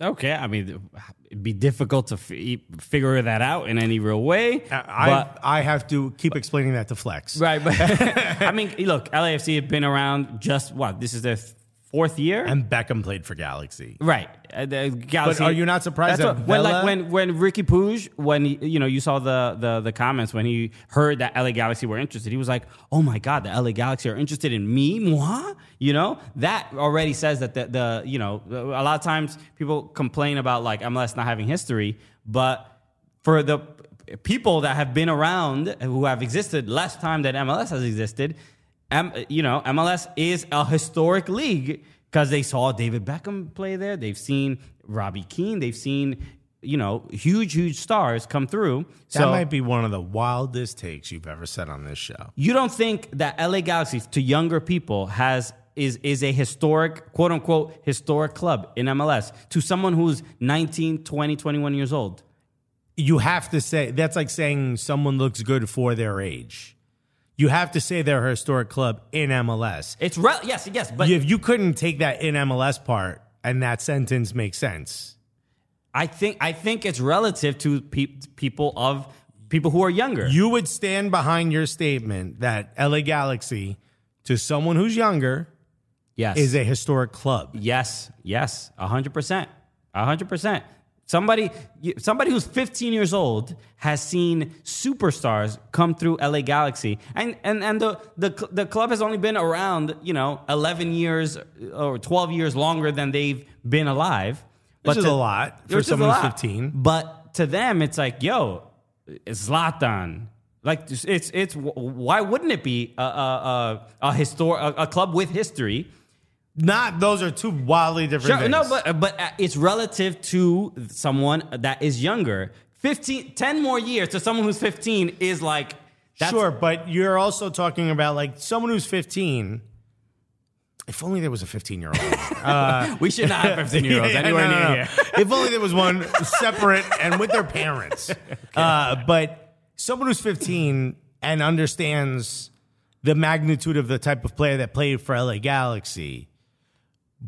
okay I mean it'd be difficult to f- figure that out in any real way. Uh, I Uh, but- I have to keep explaining that to Flex. Right, but I mean, look, LAFC have been around just what this is their th- fourth year, And Beckham played for Galaxy. right? Uh, the Galaxy. But are you not surprised That's that what- when, like Vela- when when Ricky Pouge, when he, you know you saw the, the the comments when he heard that LA Galaxy were interested, he was like, "Oh my God, the LA Galaxy are interested in me, moi." You know that already says that the, the you know a lot of times people complain about like MLS not having history, but for the p- people that have been around who have existed less time than MLS has existed, M, you know, MLS is a historic league because they saw David Beckham play there. They've seen Robbie Keane. They've seen, you know, huge, huge stars come through. That so might be one of the wildest takes you've ever said on this show. you don't think that LA Galaxy to younger people has is is a historic quote unquote historic club in MLS to someone who's 19, 20, 21 years old. You have to say that's like saying someone looks good for their age. You have to say they're a historic club in MLS. It's re- yes, yes, but if you couldn't take that in MLS part and that sentence makes sense, I think I think it's relative to pe- people of people who are younger. you would stand behind your statement that LA Galaxy to someone who's younger yes, is a historic club. yes, yes, hundred percent, hundred percent. Somebody, you- somebody who's 15 years old has seen superstars come through LA Galaxy, and and and the the cl- the club has only been around, you know, 11 years uh, or 12 years longer than they've been alive. Which is a lot for which is a someone who's lot. 15. But to them, it's like, yo, it's Zlatan. Like it's it's, it's why wouldn't it be a a a, a, histor- a, a club with history? Not those are two wildly different Sure, things. no, but but uh, it's relative to someone that is younger. 15, 10 more years to someone who's 15 is like that's sure, but you're also talking about like someone who's 15. If only there was a 15 year old. we should not have 15 year olds Yeah, anywhere no, no, near no. here. if only there was one separate and with their parents. Uh, but someone who's 15 and understands the magnitude of the type of player that played for LA Galaxy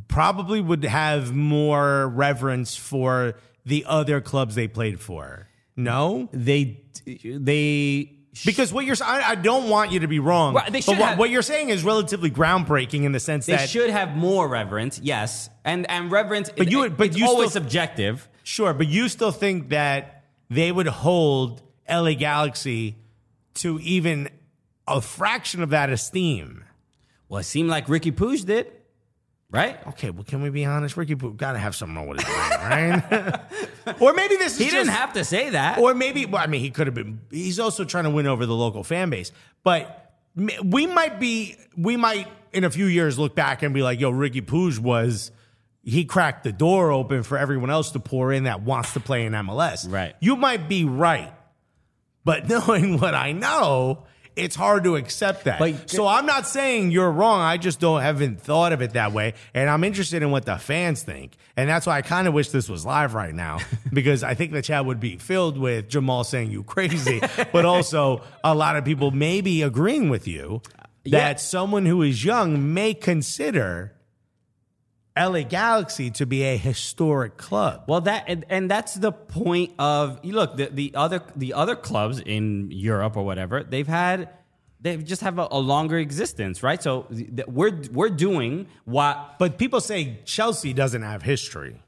probably would have more reverence for the other clubs they played for. No? They they Because what you're, I, I don't want you to be wrong. Right, they but should what, have- what you're saying is relatively groundbreaking in the sense They that should have more reverence, yes, and and reverence. But you would- but it's you still- always subjective. Sure, but you still think that they would hold LA Galaxy to even a fraction of that esteem. Well, it seemed like Ricky Pooge did, right? Okay, well, can we be honest? Ricky Poop got to have something wrong with his brain, right? or maybe this is He didn't just- have to say that. Or maybe, well, I mean, he could have been. He's also trying to win over the local fan base. But m- we might be, we might in a few years look back and be like, yo, Ricky Pouge was, he cracked the door open for everyone else to pour in that wants to play in MLS. Right. You might be right. But knowing what I know, it's hard to accept that. But- so I'm not saying you're wrong. I just don't haven't thought of it that way, and I'm interested in what the fans think, and that's why I kind of wish this was live right now because I think the chat would be filled with Jamal saying you crazy, but also a lot of people maybe agreeing with you that Yeah. someone who is young may consider LA Galaxy to be a historic club. Well, that and, and that's the point of you look the, the other the other clubs in Europe or whatever they've had they just have a, a longer existence, right? So th- th- we're we're doing what But people say Chelsea doesn't have history.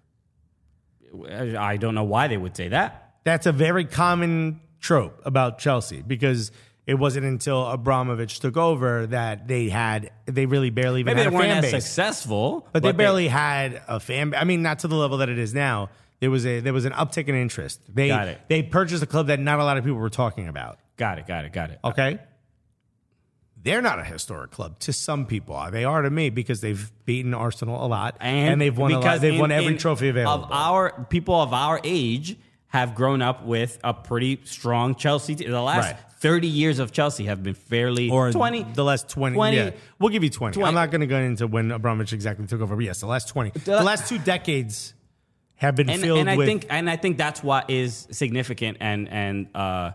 I don't know why they would say that. That's a very common trope about Chelsea because it wasn't until Abramovich took over that they had they really barely even Maybe they had a weren't fan as base. successful, but they barely had a fan. I mean, not to the level that it is now. There was a there was an uptick in interest. They Got it. they purchased a club that not a lot of people were talking about. got it, got it, got it. Okay. They're not a historic club to some people. They are to me because they've beaten Arsenal a lot and, they've won a lot. They've in- won every in- trophy available. Of our people of our age have grown up with a pretty strong Chelsea. Team. The last Right. thirty years of Chelsea have been fairly or twenty. the last 20, 20 yeah. we'll give you 20. 20. i'm not going to go into when abramovich exactly took over but yes the last 20 the, last two decades have been and, filled and I with think and I think that's what is significant and and uh,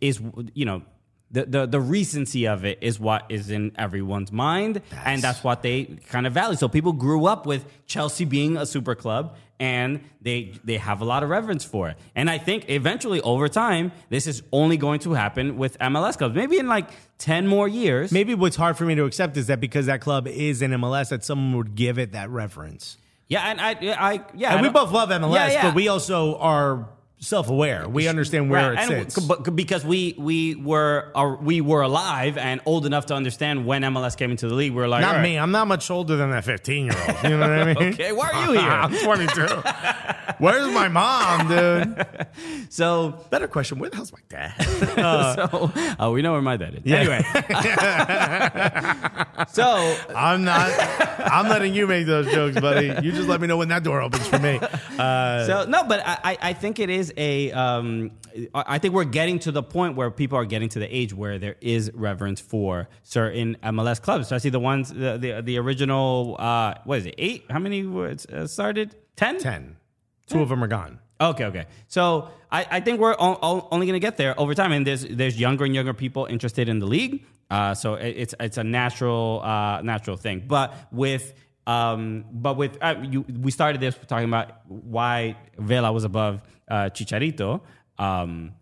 is you know the, the the recency of it is what is in everyone's mind and that's what they kind of value. So people grew up with Chelsea being a super club and they they have a lot of reverence for it. And I think eventually over time this is only going to happen with MLS clubs. Maybe in like 10 more years. maybe what's hard for me to accept is that because that club is in mls that someone would give it that reverence Yeah, and I I yeah. and I we don't- both love mls Yeah, yeah. but we also are self-aware we understand where Right, it and sits b- because we we were uh, we were alive and old enough to understand when MLS came into the league. We are like, not all right, me. I'm not much older than that 15 year old. You know what I mean? Okay, why are you here? I'm 22. Where's my mom, dude? So, Better question. Where the hell's my dad? so uh, we know where my dad is. Yeah. Anyway, so I'm not. I'm letting you make those jokes, buddy. You just let me know when that door opens for me. Uh, so no, but I, I I think it is a um, I I think we're getting to the point where people are getting to the age where there is reverence for certain MLS clubs. So I see the ones the the, the original uh, what is it eight? How many were uh, started? Ten. Ten. Two of them are gone. Okay, okay. So I, I think we're o- o- only going to get there over time, and there's there's younger and younger people interested in the league. Uh, so it, it's it's a natural uh, natural thing. But with um, but with uh, you, we started this talking about why Vela was above uh, Chicharito. Um,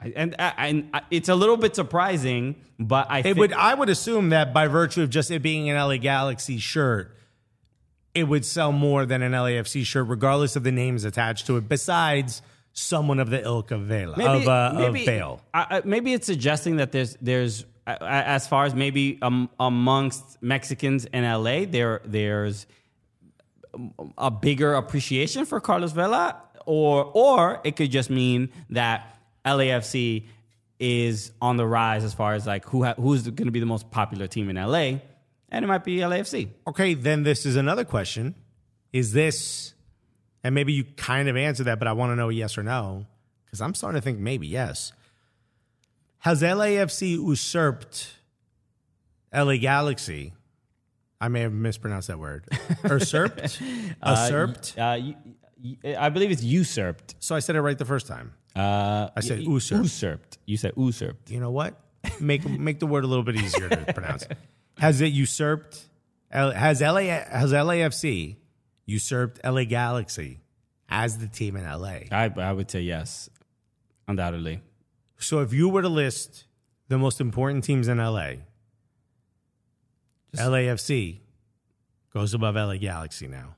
and, and I- it's a little bit surprising, but I It thi- would. I would assume that by virtue of just it being an LA Galaxy shirt, it would sell more than an LAFC shirt, regardless of the names attached to it. Besides, someone of the ilk of Vela of, uh, of Bale. I, I- maybe it's suggesting that there's there's I, I- as far as maybe um, amongst Mexicans in LA, there there's a bigger appreciation for Carlos Vela, or or it could just mean that LAFC is on the rise as far as like who ha- who's going to be the most popular team in LA, and it might be LAFC. Okay, then this is another question. Is this, and maybe you kind of answered that, but I want to know yes or no, because I'm starting to think maybe yes. Has LAFC usurped LA Galaxy? I may have mispronounced that word. Usurped? usurped? Uh, y- y- I believe it's usurped. So I said it right the first time. Uh, I said y- usurped. Usurped. You said usurped. You know what? Make make the word a little bit easier to pronounce. Has it usurped? L- Has LA has LAFC usurped LA Galaxy as the team in LA? I, I would say yes, undoubtedly. So if you were to list the most important teams in LA. LAFC goes above LA Galaxy now.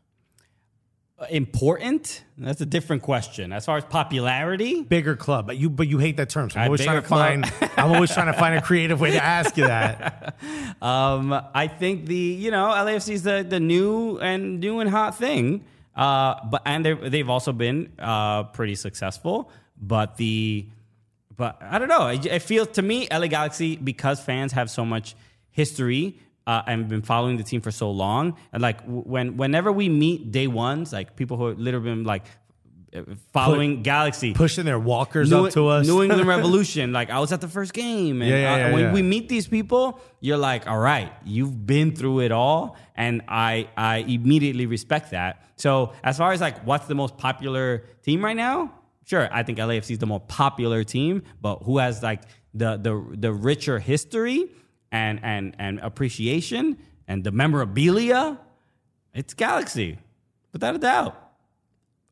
Important? That's a different question. As far as popularity, Bigger club, but you but you hate that term. So I'm Uh, always trying bigger to find. I'm always trying to find a creative way to ask you that. Um, I think the you know LAFC is the, the new and new and hot thing. Uh, but and they've they've also been uh, pretty successful. But the but I don't know. It, it feels to me LA Galaxy because fans have so much history. Uh, and been following the team for so long, and like w- when whenever we meet day ones, like people who have literally been like uh, following Galaxy, Pushing their walkers New, up to us. New England Revolution. Like I was at the first game, and Yeah, yeah, uh, yeah, when yeah. we meet these people, you're like, all right, you've been through it all, and I I immediately respect that. So as far as like what's the most popular team right now, sure, I think LAFC is the more popular team, but who has like the the the richer history and and and appreciation and the memorabilia? It's Galaxy, without a doubt.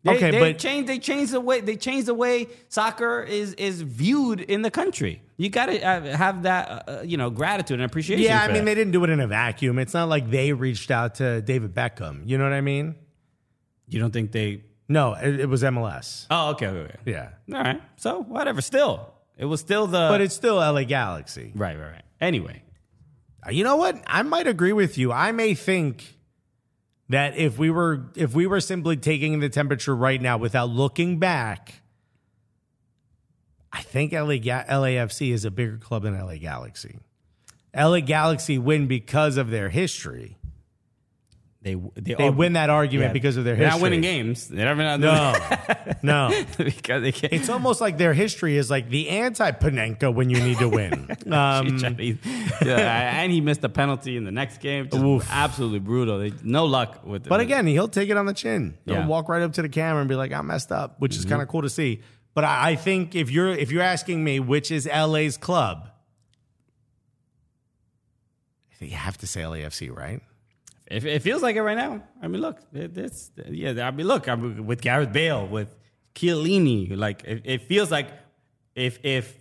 They, Okay, they but- change. They change the way they change the way soccer is is viewed in the country. You got to have that, uh, you know, gratitude and appreciation. Yeah, for I mean, that. they didn't do it in a vacuum. It's not like they reached out to David Beckham. You know what I mean? you don't think they? No, it, it was MLS. Oh, okay, okay, okay. Yeah. All right. So whatever. Still, it was still the. But it's still LA Galaxy. Uh, right, right, right. Anyway, You know what? I might agree with you. I may think that if we were if we were simply taking the temperature right now without looking back, I think LA Ga- LAFC is a bigger club than LA Galaxy. LA Galaxy win because of their history. they They they, all- win that argument Oh, yeah, because of their They're history. not winning games. They're not. No, no. because they can't. It's almost like their history is like the anti Panenka when you need to win. Um, yeah, and he missed a penalty in the next game. Just absolutely brutal. They, no luck with. But again, he'll take it on the chin. He'll Yeah. Mm-hmm. walk right up to the camera and be like, "I messed up," which is kind of cool to see. But I, I think if you're if you're asking me which is LA's club, I think you have to say LAFC, Mm. right? It, it feels like it right now. I mean, look, it- it's yeah. I mean, look, I'm with Gareth Bale, with Chiellini. Like, it, it feels like if if,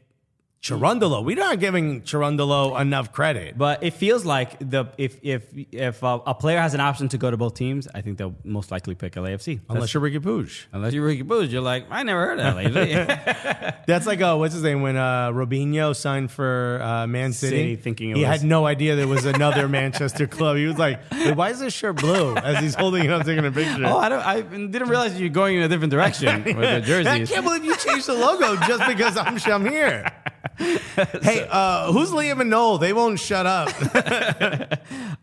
Chirundolo. We're not giving Chirundolo enough credit. but it feels like the if if if uh, a player has an option to go to both teams, I think they'll most likely pick LAFC. Unless That's- you're Ricky Pooge. unless you're Ricky Booz, you're like, I never heard of LA. That's like oh, what's his name when uh, Robinho signed for uh, Man City, City, thinking it he was- had no idea there was another Manchester club. He was like, "Wait, "Why is this shirt blue?" As he's holding it up, taking a picture. oh, I don't. I didn't realize you're going in a different direction with the I jerseys. can't believe you changed the logo just because I'm, I'm here. Hey, uh, who's Liam and Noel? They won't shut up.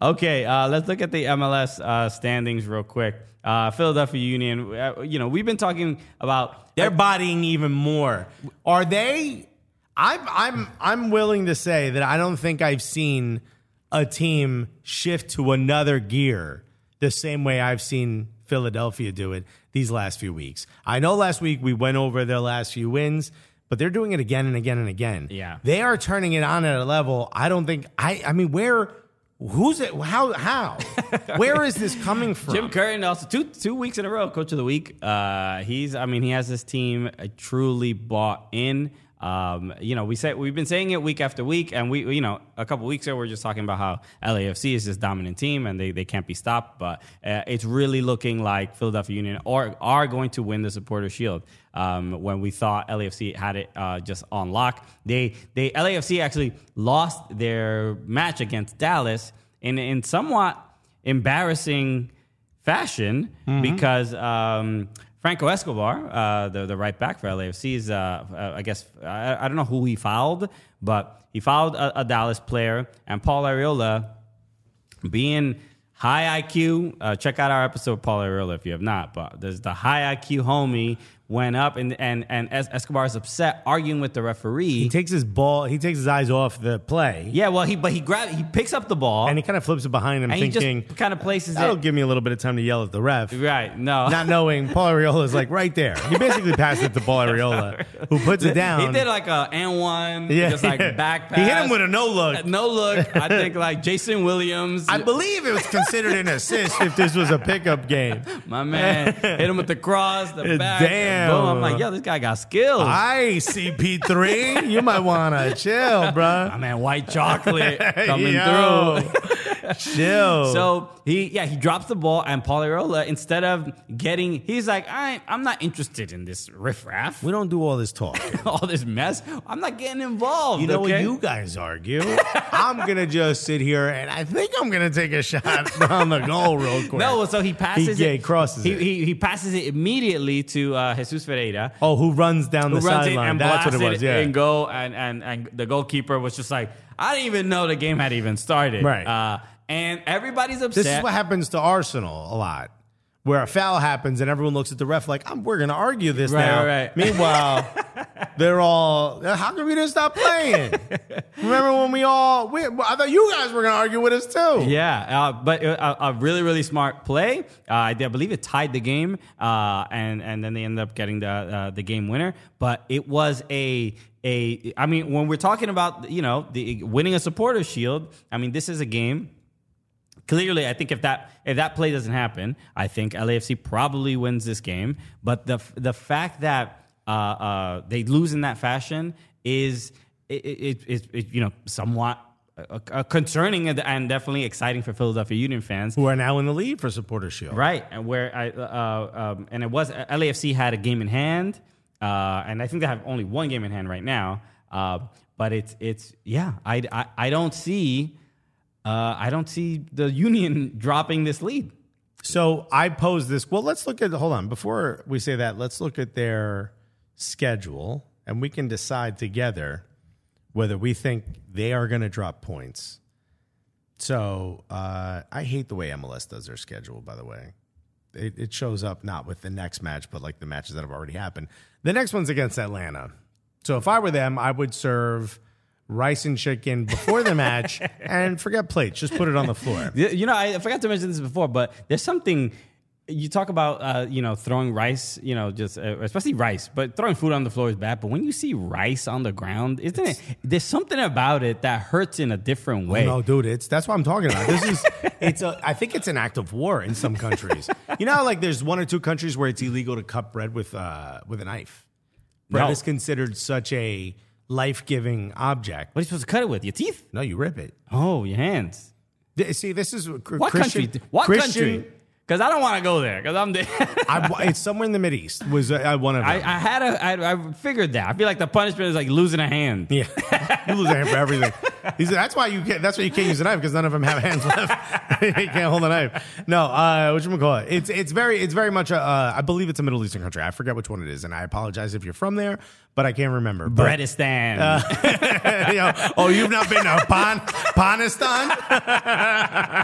Okay, uh, let's look at the MLS uh, standings real quick. Uh, Philadelphia Union. Uh, you know, we've been talking about They're bodying even more. Are they? I'm I'm I'm willing to say that I don't think I've seen a team shift to another gear the same way I've seen Philadelphia do it these last few weeks. I know last week we went over their last few wins, but they're doing it again and again and again. Yeah. They are turning it on at a level I don't think I I mean where who's it how how where is this coming from? Jim Curtin also two two weeks in a row, coach of the week. Uh, he's I mean he has this team uh, truly bought in. Um, you know we say we've been saying it week after week, and we you know a couple weeks ago we are just talking about how LAFC is this dominant team and they, they can't be stopped. But uh, it's really looking like Philadelphia Union are are going to win the Supporter Shield. Um, when we thought LAFC had it uh, just on lock, they they LAFC actually lost their match against Dallas in in somewhat embarrassing fashion Mm-hmm. because um, Franco Escobar, uh, the the right back for LAFC, is uh, uh, I guess I, I don't know who he fouled, but he fouled a, a Dallas player, and Paul Ariola being high IQ. Uh, check out our episode with Paul Ariola if you have not. But there's the high IQ homie went up and and and Es- Escobar is upset, arguing with the referee. He takes his ball. He takes his eyes off the play. yeah, well, he but he grab he picks up the ball And he kind of flips it behind him, and he thinking, just kind of places That'll it. give me a little bit of time to yell at the ref. Right, no. Not knowing Paul Areola is like right there. He basically passed it to Paul Areola, who puts it down. He did like a and one, just like back pass. Um, He hit him with a no look. no look. I think like Jason Williams, I believe it was considered an assist if this was a pickup game. my man, hit him with the cross, the back. Damn. Boom. I'm like, yo, this guy got skills. I CP3. you might want to chill, bro. My man, white chocolate coming Yo. through. chill. So he, yeah, he drops the ball, and Polyarola, instead of getting, he's like, I, I'm not interested in this riffraff, we don't do all this talk. all this mess. I'm not getting involved. You know okay? what you guys argue? I'm gonna just sit here and I think I'm gonna take a shot on the goal real quick. No, so he passes He- yeah, it. he crosses he, it. He, he passes it immediately to uh, Jesus Ferreira. oh, who runs down who the runs in sideline? and That's what blasts it was. Yeah. and go and, and and the goalkeeper was just like I didn't even know the game had even started Right. uh, and everybody's upset this is what happens to Arsenal a lot, where a foul happens and everyone looks at the ref like, I'm, "We're gonna argue this Right, now." right, right. Meanwhile, they're all, "How come we didn't stop playing?" Remember when we all? We, I thought you guys were gonna argue with us too. yeah, uh, but a, a really really smart play. Uh, I I believe it tied the game, uh, and and then they ended up getting the uh, the game winner. But it was a a. I mean, when we're talking about you know the winning a supporter shield, I mean this is a game. Clearly, I think if that if that play doesn't happen, I think LAFC probably wins this game. But the the fact that uh, uh, they lose in that fashion is it, it, it, it you know somewhat uh, uh, concerning and, and definitely exciting for Philadelphia Union fans. Who are now in the lead for supporter shield? Right, and where I uh, um, and it was LAFC had a game in hand, uh, and I think they have only one game in hand right now. Uh, but it's it's yeah, I I, I don't see, uh, I don't see the Union dropping this lead. So I pose this. Well, let's look at. Hold on. Before we say that, let's look at their schedule, and we can decide together whether we think they are going to drop points. So uh, I hate the way MLS does their schedule. By the way, it, it shows up not with the next match, but like the matches that have already happened. The next one's against Atlanta. So if I were them, I would serve rice and chicken before the match, and forget plates. Just put it on the floor. Y- You know, I forgot to mention this before, but there's something you talk about, uh, you know, throwing rice, you know, just uh, especially rice, but throwing food on the floor is bad. But when you see rice on the ground, isn't it? There's something about it that hurts in a different way. No, dude, it's that's what I'm talking about. This is it's a I think it's an act of war in some countries. you know, how, like there's one or two countries where it's illegal to cut bread with uh with a knife. Bread No. is considered such a life giving object. What are you supposed to cut it with? Your teeth? No, you rip it. Oh, your hands. Th- See, this is cr- What Christian, country? What Christian, country? Because I don't want to go there. Because I'm there. I, wa- it's somewhere in the Mid East. Was uh, I one of them? I, I had a. I, I figured that. I feel like the punishment is like losing a hand. yeah, you lose a hand for everything. He said that's why you can't. That's why you can't use a knife because none of them have hands left. you can't hold a knife. No, uh, what you call it? It's it's very it's very much. A, uh, I believe it's a Middle Eastern country. I forget which one it is, and I apologize if you're from there, but I can't remember. But- Uh, Breadistan. you know, oh, you've not been to Pan Panistan?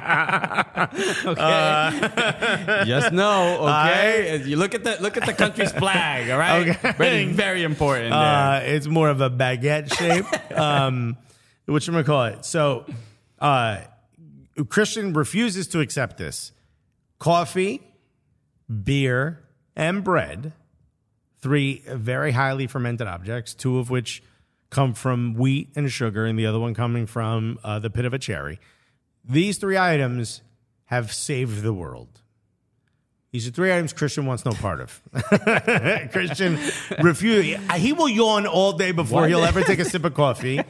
okay. yes. No. Okay. you look at the look at the country's flag. All right. Okay. Bread is very important. there. Uh, it's more of a baguette shape. um, what you call it? So, uh, Christian refuses to accept this. Coffee, beer, and bread, three very highly fermented objects, two of which come from wheat and sugar, and the other one coming from uh, the pit of a cherry. These three items have saved the world. These are three items Christian wants no part of. Christian refuse. He will yawn all day before he'll ever take a sip of coffee.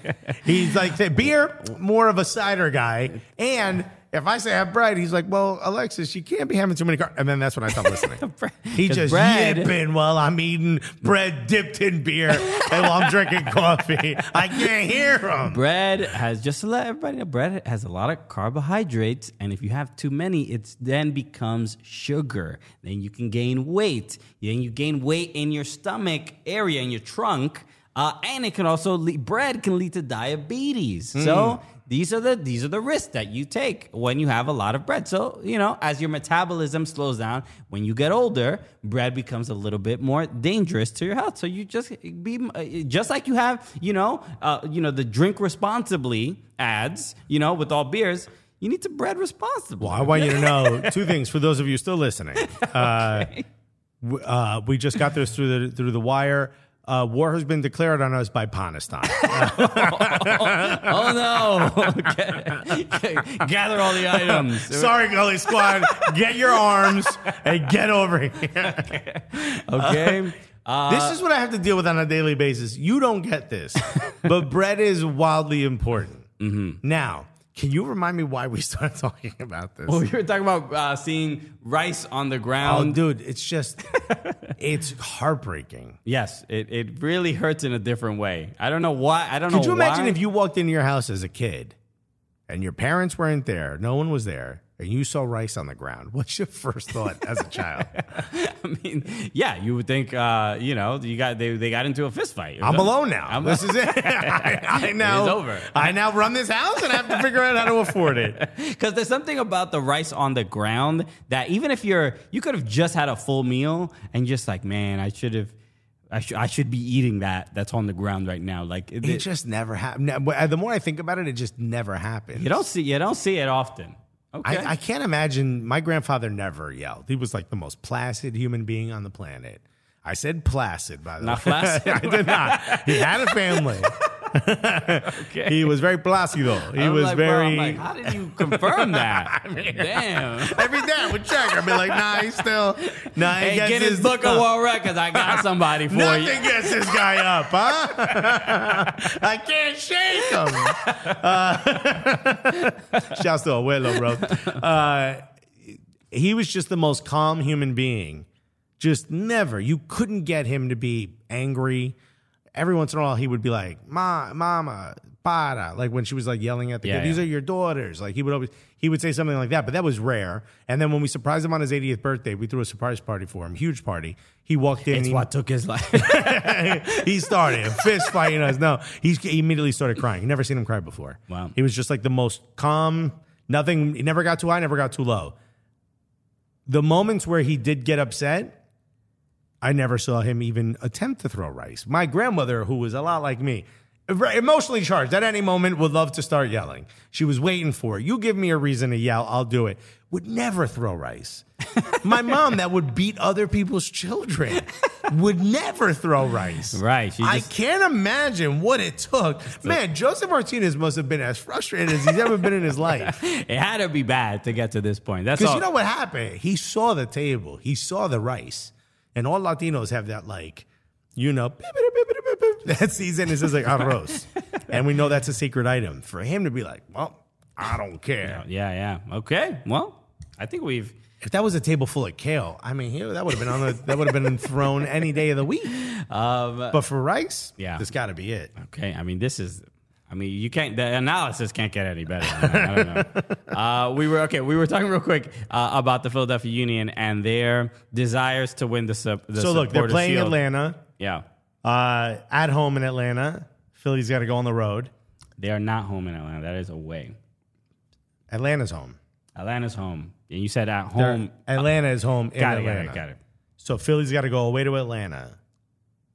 He's like, say, beer, more of a cider guy. And if I say have bread, he's like, well, Alexis, you can't be having too many carbs. And then that's when I stopped listening. he 'Cause just bread- yipping while I'm eating bread dipped in beer and while I'm drinking coffee. I can't hear him. Bread has just to let everybody know. Bread has a lot of carbohydrates, and if you have too many, it then becomes sugar. Then you can gain weight. Then you gain weight in your stomach area in your trunk, uh, and it can also lead, bread can lead to diabetes. So these are the these are the risks that you take when you have a lot of bread. So you know, as your metabolism slows down when you get older, bread becomes a little bit more dangerous to your health. So you just be just like you have, you know, uh, you know the drink responsibly ads, you know, with all beers. You need to bread responsibly. Well, I want you to know two things for those of you still listening. Uh, w- uh, we just got this through the through the wire. Uh, war has been declared on us by Pakistan. oh no! Okay. Gather all the items. Sorry, Gully Squad. Get your arms and get over here. Okay. this is what I have to deal with on a daily basis. You don't get this, but bread is wildly important. Mm-hmm. Now, can you remind me why we started talking about this? We were talking about uh, seeing rice on the Oh, ground. dude, it's just, it's heartbreaking. yes, it, it really hurts in a different way. I don't know why. I don't know Could you imagine why. if you walked into your house as a kid and your parents weren't there, no one was there, and you saw rice on the ground? What's your first thought as a child? I mean, yeah, you would think, uh, you know, you got they, they got into a fist fight. I'm alone now. I'm- this is it. I, I now It is over. I now run this house and I have to figure out how to afford it. Because there's something about the rice on the ground that even if you're, you could have just had a full meal and just like, man, I should have, I should, I should be eating that that's on the ground right now. Like, it, It just never happened. uh, The more I think about it, it just never happened. you don't see, you don't see it often. Okay. I, I can't imagine. My grandfather never yelled. He was like the most placid human being on the planet. I said placid, by the Not way. flaccid? I did not. He had a family. He was very placido. He I'm was like, bro, very. I'm like, how did you confirm that? Damn. Every day I would check. I'd be like, nah, he's still. Nah, he Hey, gets Guinness his- Book of World Records. I got somebody for Nothing you. gets this guy up, huh? I can't shake him. Uh, shouts to Abuelo, bro. Uh, he was just the most calm human being. Just never. You couldn't get him to be angry. Every once in a while, he would be like, "Ma, mama." Para, like when she was like yelling at the Yeah, kid, these yeah. are your daughters. Like he would always, he would say something like that, but that was rare. And then when we surprised him on his 80th birthday, we threw a surprise party for him, huge party. He walked in. It's he- what took his life. he started fist fighting us. No, he's, he immediately started crying. You never seen him cry before. Wow. He was just like the most calm, nothing, he never got too high, never got too low. The moments where he did get upset, I never saw him even attempt to throw rice. My grandmother, who was a lot like me, very emotionally charged at any moment, would love to start yelling. She was waiting for it. You give me a reason to yell, I'll do it. Would never throw rice. My mom, that would beat other people's children, would never throw rice. Right, she I just- can't imagine what it took. Man, Joseph Martinez must have been as frustrated as he's ever been in his life. it had to be bad to get to this point. That's Because all. you know what happened? He saw the table. He saw the rice. And all Latinos have that like, you know, beep, beep, beep, beep, beep, beep. that season is just like arroz. and we know that's a sacred item. For him to be like, well, I don't care. yeah, yeah. Okay. Well, I think we've. If that was a table full of kale, I mean, he- that would have been on the, that would have been thrown any day of the week. but for rice, Um, Yeah. that's got to be it. Okay. I mean, this is. I mean, you can't. The analysis can't get any better. than that. I don't know. Uh, we were okay. We were talking real quick uh, about the Philadelphia Union and their desires to win the. Sup, the So look, they're Supporters' playing Shield. Atlanta Yeah, uh, at home in Atlanta. Philly's got to go on the road. they are not home in Atlanta. That is away. Atlanta's home. Atlanta's home, and you said at They're- home. Atlanta is home in Got it, got Atlanta. it. Got it. So Philly's got to go away to Atlanta.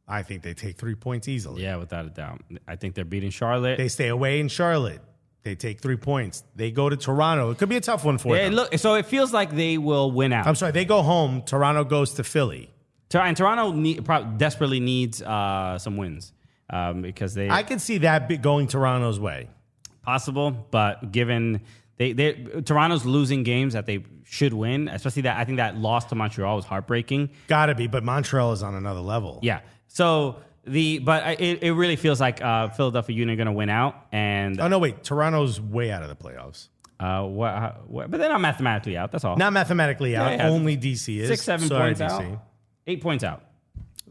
I think they take three points easily. Yeah, without a doubt. I think they're beating Charlotte. They stay away in Charlotte. They take three points. They go to Toronto. It could be a tough one for Yeah, them. look, so it feels like they will win out. I'm sorry. They go home. Toronto goes to Philly. Tor- and Toronto need, prob- desperately needs uh, some wins um, because they I could see that be going Toronto's way. possible, but given they they Toronto's losing games that they should win, especially that I think that loss to Montreal was heartbreaking. Got to be. But Montreal is on another level. Yeah, so the but I- it, it really feels like uh, Philadelphia Union are going to win out, and Oh no, wait. Toronto's way out of the playoffs. uh, what, how- what, but they're not mathematically out. That's all. Not mathematically out. yeah. Only DC is six seven Sorry, points out, eight points out.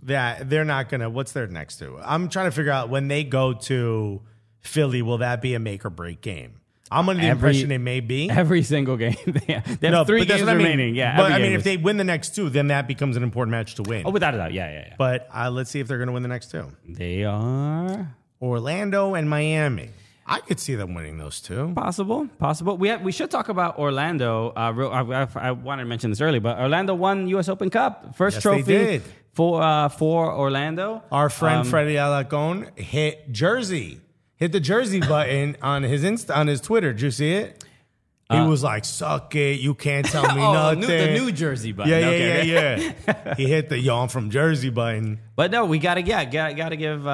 that they're not gonna what's their next two i'm trying to figure out when they go to philly will that be a make or break game i'm under the Every- impression it may be Every single game, they have, they have No, three but that's games what I mean. remaining. Yeah, but every i game mean if is- they win the next two then that becomes an important match to win oh, without a doubt, yeah, yeah, yeah. but uh, let's see if they're gonna win the next two They are orlando and miami i could see them winning those two possible, possible. We have, we should talk about Orlando. Uh, real, I, I, I wanted to mention this earlier, but Orlando won U.S. Open Cup first Yes, they trophy did. for uh, for Orlando. our friend Um, freddie alacon hit jersey hit the jersey button on his insta on his twitter did you see it he was like, "Suck it! You can't tell me Uh, Oh, nothing." new, the New Jersey button. Yeah, Okay, okay. yeah, yeah, yeah. he hit the yawn from Jersey button. But no, we gotta yeah, gotta, gotta give uh,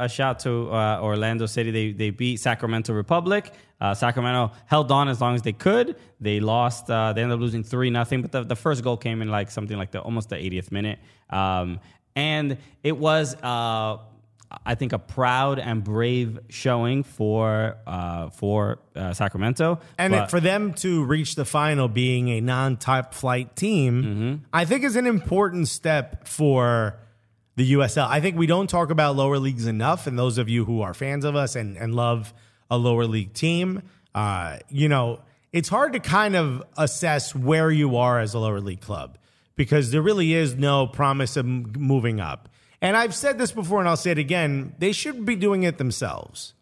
uh, a shout to uh, Orlando City. They they beat Sacramento Republic. Uh, Sacramento held on as long as they could. They lost. Uh, they ended up losing three nothing. But the, the first goal came in like something like the almost the 80th minute. Um, and it was. Uh, I think a proud and brave showing for uh, for uh, Sacramento, And But- it, for them to reach the final being a non top flight team, I think is an important step for the USL. I think we don't talk about lower leagues enough. And those of you who are fans of us and, and love a lower league team, uh, you know, it's hard to kind of assess where you are as a lower league club because there really is no promise of m- moving up. And I've said this before and I'll say it again they should be doing it themselves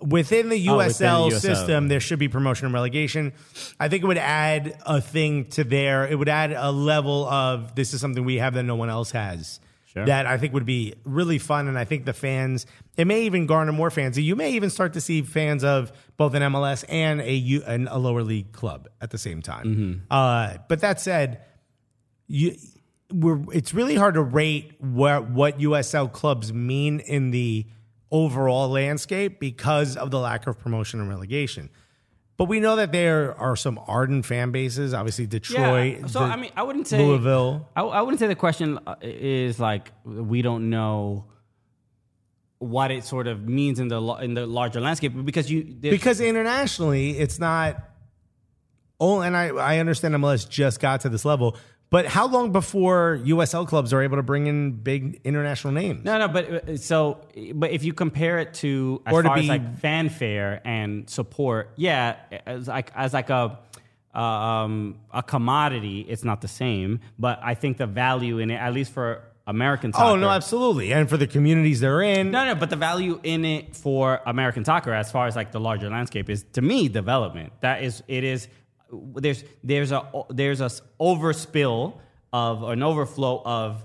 within the Oh, USL, within the USL. system, there should be promotion and relegation. I think it would add a thing to there. It would add a level of this is something we have that no one else has. Sure. That I think would be really fun, and I think the fans. It may even garner more fans. You may even start to see fans of both an MLS and a U, and a lower league club at the same time. Uh, but that said, you we're it's really hard to rate where what USL clubs mean in the overall landscape because of the lack of promotion and relegation. But we know that there are some ardent fan bases, obviously Detroit. So the- I mean, I wouldn't say Louisville. I, I wouldn't say the question uh, is like we don't know what it sort of means in the lo- in the larger landscape because you there's- because internationally it's not oh and I, I understand MLS just got to this level, but how long before USL clubs are able to bring in big international names? no no but uh, so but if you compare it to as Or to far as be- like fanfare and support yeah as like as like a um, a commodity it's not the same but I think the value in it at least for American soccer, Oh no, absolutely. And for the communities they're in. No, no, but the value in it for American soccer, as far as like the larger landscape, is to me development. That is, it is. There's there's a there's a s- overspill of an overflow of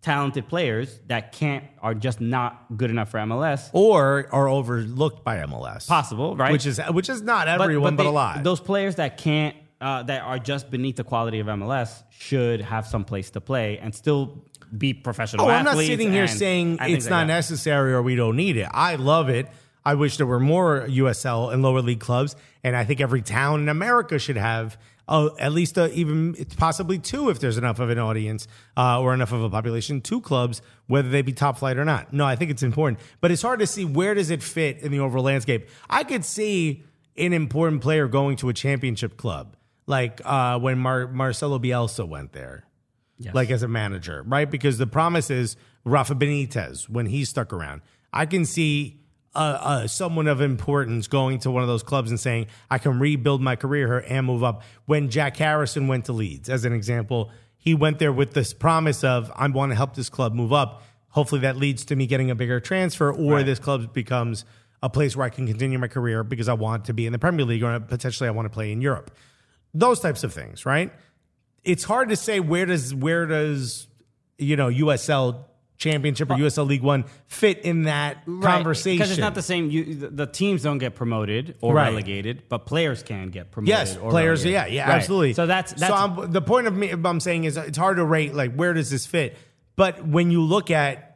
talented players that can't are just not good enough for MLS. or are overlooked by MLS. Possible, right? Which is which is not everyone, but, they- a lot. Those players that can't. Uh, that are just beneath the quality of MLS should have some place to play and still be professional. oh, I'm not athletes sitting here and- saying and it's things like not that. necessary or we don't need it. I love it. I wish there were more USL and lower league clubs, and I think every town in America should have. Uh, at least uh even it's possibly two if there's enough of an audience uh, or enough of a population two clubs whether they be top flight or not no i think it's important but it's hard to see where does it fit in the overall landscape i could see an important player going to a championship club like uh, when Mar- marcelo bielsa went there like as a manager, right? Because the promise is Rafa Benitez when he's stuck around. I can see uh, uh, someone of importance going to one of those clubs and saying, I can rebuild my career here and move up. When Jack Harrison went to Leeds, as an example, he went there with this promise of, I want to help this club move up. Hopefully that leads to me getting a bigger transfer or this club becomes a place where I can continue my career because I want to be in the Premier League or potentially I want to play in Europe. Those types of things, right? it's hard to say where does where does you know USL championship or USL League One fit in that Right, conversation? Because it's not the same. You, the, the teams don't get promoted or Right. relegated, but players can get promoted. Yes, or players. Yeah, relegated. yeah, Right. absolutely. So that's that's so. I'm, the point of me, I'm saying is it's hard to rate like where does this fit, but when you look at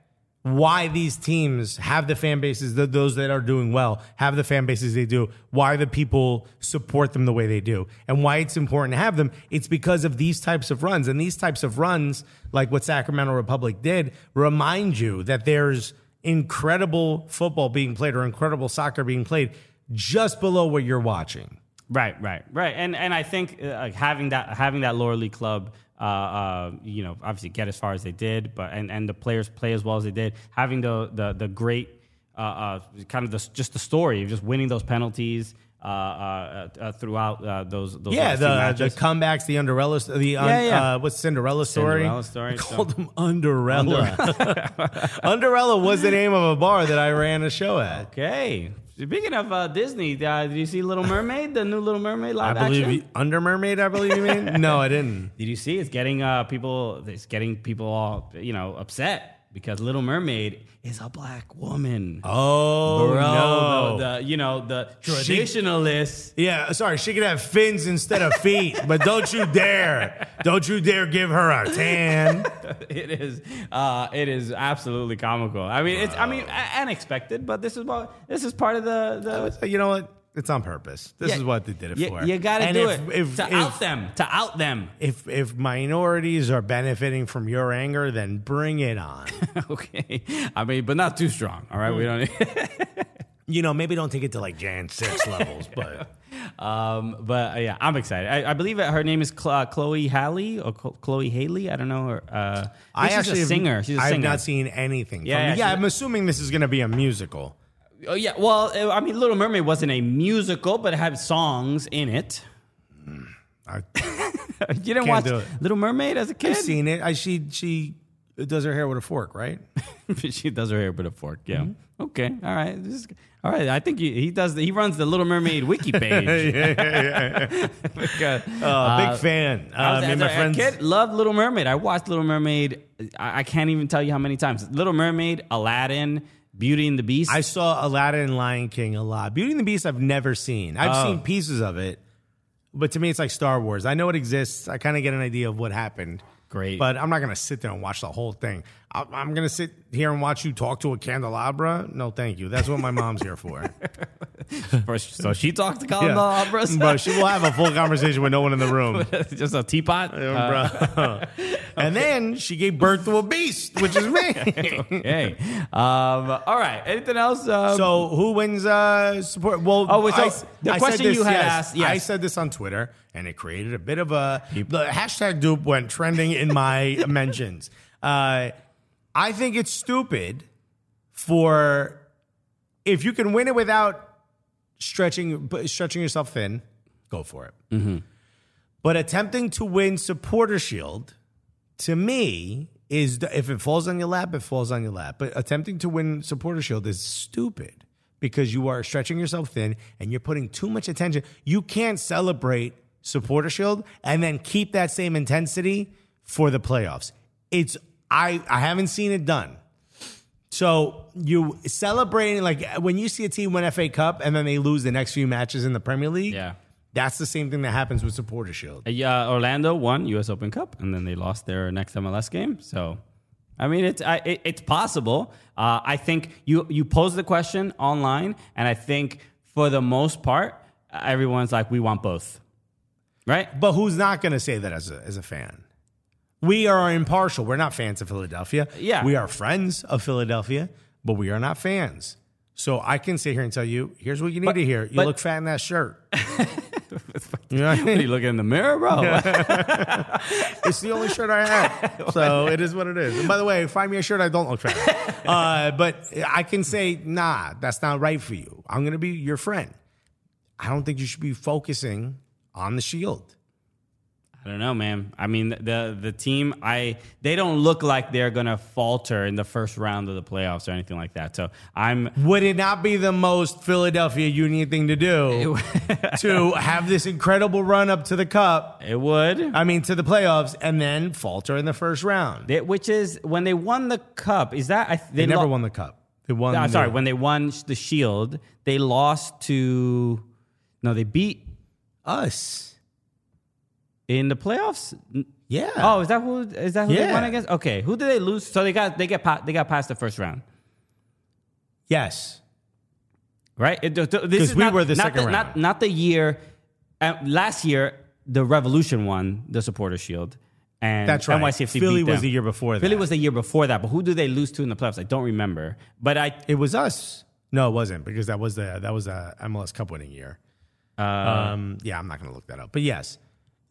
why these teams have the fan bases, the, those that are doing well have the fan bases they do, why the people support them the way they do, and why it's important to have them, it's because of these types of runs. And these types of runs, like what Sacramento Republic did, remind you that there's incredible football being played or incredible soccer being played just below what you're watching. right, right, right. And and I think uh, like having that having that lower league club. Uh, uh, you know, obviously get as far as they did, but and, and the players play as well as they did. Having the the the great uh, uh, kind of the, just the story of just winning those penalties uh, uh, uh, throughout uh, those those Yeah, last few the, the matches. comebacks, the Underella, st- the un, Yeah, yeah. Uh, what's Cinderella story? Cinderella story, I called them Underella. Underella was the name of a bar that I ran a show at. Okay. Speaking of uh, Disney, uh, did you see Little Mermaid? the new Little Mermaid I live believe action? you, Under Mermaid. I believe you mean no, I didn't. Did you see? It's getting uh, people. It's getting people all you know upset because Little Mermaid is a black woman. Oh no. the, the you know the traditionalists. yeah, sorry. She could have fins instead of feet, but don't you dare, don't you dare give her a tan. it is. Uh, it is absolutely comical. I mean, it's. I mean, a- and expected, but this is what this is part of the the. You know what? It's on purpose. This Yeah. is what they did it You, for. you gotta And do if- it if- to if- out them. To out them. if if minorities are benefiting from your anger, then bring it on. okay. I mean, but not too strong. All right. Hmm. We don't. you know, maybe don't take it to like Jan six levels, but Um, but uh, yeah, I'm excited. I, I believe that her name is Cl- uh, Chloe Haley or Cl- Chloe Haley. I don't know. Her, uh, I, I think she's actually a have- singer. She's a I have singer. not seen anything. Yeah, Yeah, yeah, yeah. she- I'm assuming this is going to be a musical. oh yeah. Well, uh, I mean, Little Mermaid wasn't a musical, but it had songs in it. I, You didn't Can't watch do it. Little Mermaid as a kid. I've seen it. I she she does her hair with a fork, right? she does her hair with a fork. Yeah. Mm-hmm. Okay. All right. This is- all right. I think he, he does. He runs the Little Mermaid wiki page. Because, Uh, uh, big fan. Uh, I was, me as and a my friends. kid, loved Little Mermaid. I watched Little Mermaid. I, I can't even tell you how many times. Little Mermaid, Aladdin, Beauty and the Beast. I saw Aladdin and Lion King a lot. Beauty and the Beast, I've never seen. I've Oh. seen pieces of it, but to me, it's like Star Wars. I know it exists. I kind of get an idea of what happened. Great. But I'm not going to sit there and watch the whole thing. I, I'm going to sit here and watch you talk to a candelabra. No, thank you. That's what my mom's here for. First, so she talked to Colin Yeah. the operas. Bro, she will have a full conversation with no one in the room. Just a teapot. Uh, Bro. and then she gave birth to a beast, which is me. hey. Um, all right. Anything else? Um, So who wins uh, support? Well, Oh, wait, so I- the I said question this, you had yes. asked, yes. I said this on Twitter, and it created a bit of a the hashtag dupe went trending in my mentions. Uh, I think it's stupid for if you can win it without stretching stretching yourself thin, go for it. Mm-hmm. But attempting to win supporter shield to me is the, if it falls on your lap, it falls on your lap. But attempting to win supporter shield is stupid because you are stretching yourself thin and you're putting too much attention. You can't celebrate supporter shield and then keep that same intensity for the playoffs. It's I I haven't seen it done. So you celebrating like when you see a team win FA Cup and then they lose the next few matches in the Premier League. Yeah. That's the same thing that happens with supporter shield. uh, Yeah, Orlando won U.S. Open Cup, and then they lost their next MLS game. So, I mean, it's I, it, it's possible. Uh, I think you you pose the question online, and I think for the most part, everyone's like, we want both, right? But who's not going to say that as a, as a fan? We are impartial. We're not fans of Philadelphia. Yeah. We are friends of Philadelphia, but we are not fans. So I can sit here and tell you, here's what you need to hear. You but- look fat in that shirt. you know what I What are mean? you looking in the mirror, bro? It's the only shirt I have. So it is what it is. And by the way, find me a shirt I don't look fat. in. Uh, but I can say, nah, that's not right for you. I'm going to be your friend. I don't think you should be focusing on the shield. I don't know, man. I mean, the the team, I they don't look like they're gonna falter in the first round of the playoffs or anything like that. So I'm Would it not be the most Philadelphia Union thing to do to have this incredible run up to the cup? it would. I mean, to the playoffs, and then falter in the first round. They, They- which is when they won the cup. Is that I, they, never lo- won the cup. They won. I'm the- sorry, when they won sh- the Shield, they lost to. No, they beat us. in the playoffs. N- Yeah. Oh, is that who? Is that who they won Yeah. against? Okay, who did they lose? So they got they get pa- they got past the first round, yes. right? It- th- th- this 'Cause is we not- were the not second Not, round. not the year. Uh, last year, the Revolution won the Supporter Shield, and That's right. NYCFC Philly beat was them. the year before Philly that. was the year before that, but who did they lose to in the playoffs? I don't remember. But I It was us. No, it wasn't because that was the that was the MLS Cup winning year. Uh. um, yeah, I'm not going to look that up. But yes,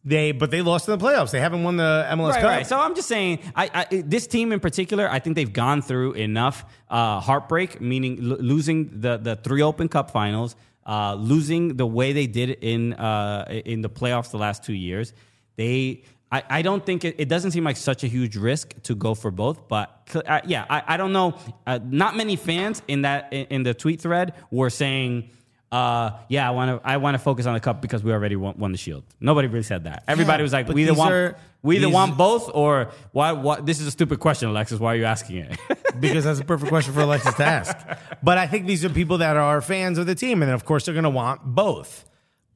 they but they lost in the playoffs. They haven't won the MLS Right, Cup. right. So I'm just saying, I, I this team in particular, I think they've gone through enough uh, heartbreak, meaning lo- losing the the three Open Cup finals, uh, losing the way they did in uh, in the playoffs the last two years. They, I, I don't think it, it doesn't seem like such a huge risk to go for both. But cl- uh, yeah, I, I don't know. Uh, not many fans in that in, in the tweet thread were saying. Uh, yeah, I want to. I want to focus on the cup because we already won, won the shield. Nobody really said that. Everybody Yeah, was like, but we either these want, are- we either these- want both or why, why this is a stupid question alexis why are you asking it because that's a perfect question for Alexis to ask. But I think these are people that are fans of the team, and of course they're going to want both.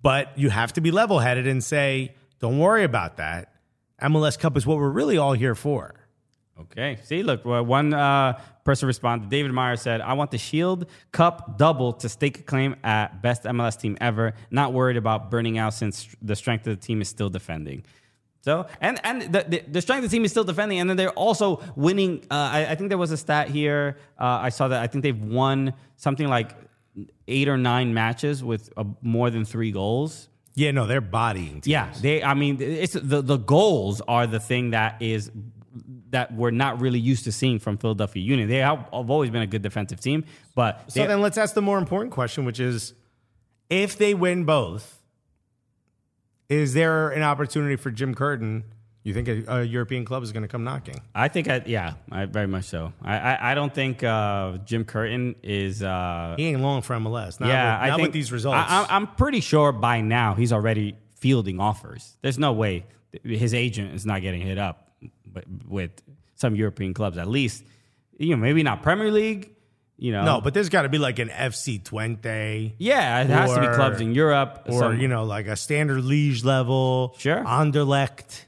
But you have to be level headed and say, don't worry about that. MLS Cup is what we're really all here for. Okay. See, look, well, one uh, person responded. David Meyer said, I want the Shield Cup double to stake a claim at best MLS team ever. Not worried about burning out since the strength of the team is still defending. So, and and the, the, the strength of the team is still defending. And then they're also winning. Uh, I, I think there was a stat here. Uh, I saw that. I think they've won something like eight or nine matches with uh more than three goals. Yeah, no, they're bodying. Team. Yeah, they. I mean, it's the the goals are the thing that is that we're not really used to seeing from Philadelphia Union. They have, have always been a good defensive team, but So they- then let's ask the more important question, which is if they win both, is there an opportunity for Jim Curtin? You think a, a European club is going to come knocking? I think I yeah, I very much so. I I, I don't think uh, Jim Curtin is. Uh, He ain't long for MLS. Not yeah, with, I not think with these results. I, I, am pretty sure by now he's already fielding offers. There's no way th- his agent is not getting hit up with, with some European clubs. At least you know maybe not Premier League. You know, no, but there's got to be like an FC Twente. Oh. yeah, it has to be or- clubs in Europe Or some- you know, like a standard liege level, Sure. Anderlecht.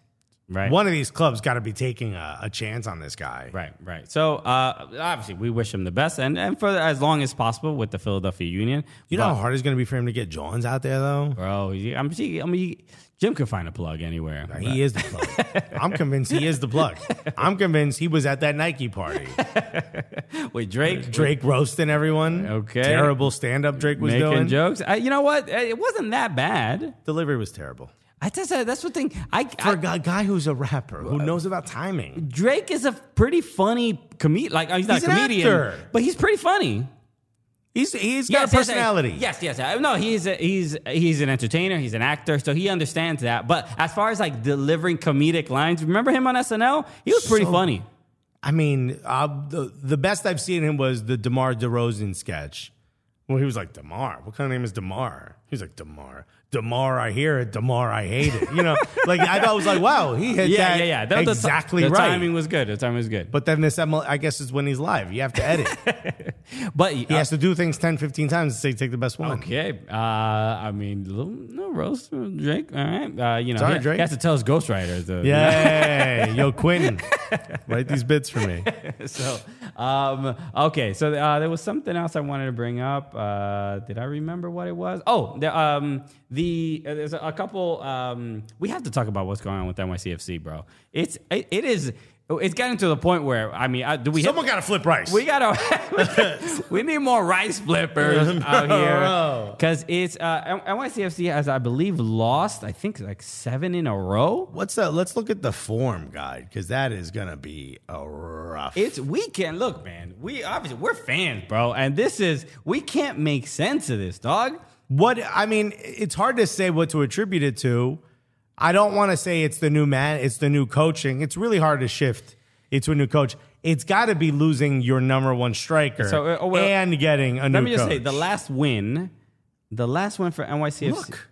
right. One of these clubs got to be taking a, a chance on this guy. Right, right. So uh, obviously, we wish him the best, and, and for as long as possible with the Philadelphia Union. You know how hard it's going to be for him to get Johns out there, though. bro. he- I'm, see, I mean, Jim could find a plug anywhere. but- He is the plug. I'm convinced he is the plug. I'm convinced he was at that Nike party. with Drake, Drake roasting everyone. Okay. Terrible stand up Drake was making doing. jokes. I, you know what? It wasn't that bad. Delivery was terrible. I just uh, that's the thing. I, For I uh, a guy, guy who's a rapper who knows about timing. Drake is a pretty funny comedian. Like he's not He's a an comedian, actor. but he's pretty funny. He's he's got a personality. Yes, yes. yes. No, he's a, he's he's an entertainer. He's an actor, so he understands that. But as far as like delivering comedic lines, remember him on SNL? He was pretty So- funny. I mean, uh, the the best I've seen him was the Demar Derozan sketch. Well, he was like Demar. What kind of name is Demar? He was like Demar. Demar, I hear it. Demar, I hate it. You know, like I thought, I was like, wow, he hit Yeah, that yeah, yeah. That- the- exactly the right. timing was good. The timing was good. But But then this, ML, I guess, is when he's live. You have to edit. but uh, he has to do things 10, 15 times to say, take the best one. Okay, uh, I mean, little, no roast uh, Drake. All right, uh, you know, Sorry, he, Drake. he has to tell his uh, ghostwriter. To, Yeah. Yo, Quentin, write these bits for me. so, um, okay, so uh, there was something else I wanted to bring up. Uh, did I remember what it was? Oh, the, um, the uh, there's a, a couple. Um, we have to talk about what's going on with NYCFC, bro. It's it, it is it's gotten to the point where I mean, uh, do we? Someone got to flip rice. We gotta. we need more rice flippers out here Bro. because it's uh, NYCFC has, I believe, lost. I think like seven in a row. What's that? Let's look at the form guide because that is going to be a rough. It's weekend. Look, man, we obviously we're fans, bro, and this is we can't make sense of this, dog. What I mean, it's hard to say what to attribute it to. I don't want to say it's the new man, it's the new coaching. It's really hard to shift it to a new coach. It's got to be losing your number one striker So, uh, oh, well, and getting a new. Let me just say coach. the last win, the last win for NYCFC, look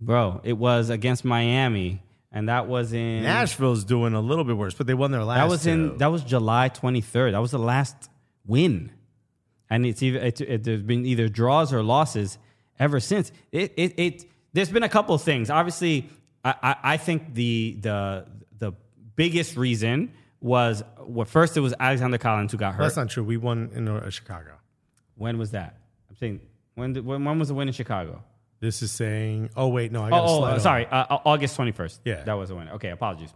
bro. It was against Miami, and that was in Nashville's doing a little bit worse, but they won their last. That was two. in that was July 23rd. That was the last win, and it's either it, it, there's been either draws or losses ever since. It it, it there's been a couple of things. Obviously, I, I I think the the the biggest reason was well, first it was Alexander Collins who got hurt. That's not true. We won in uh, Chicago. when was that? I'm saying when did, when, when was the win in Chicago? This is saying. Oh wait, no, I got. Oh, oh, sorry, uh, Au- August 21st. Yeah. that was the win. Okay, apologies.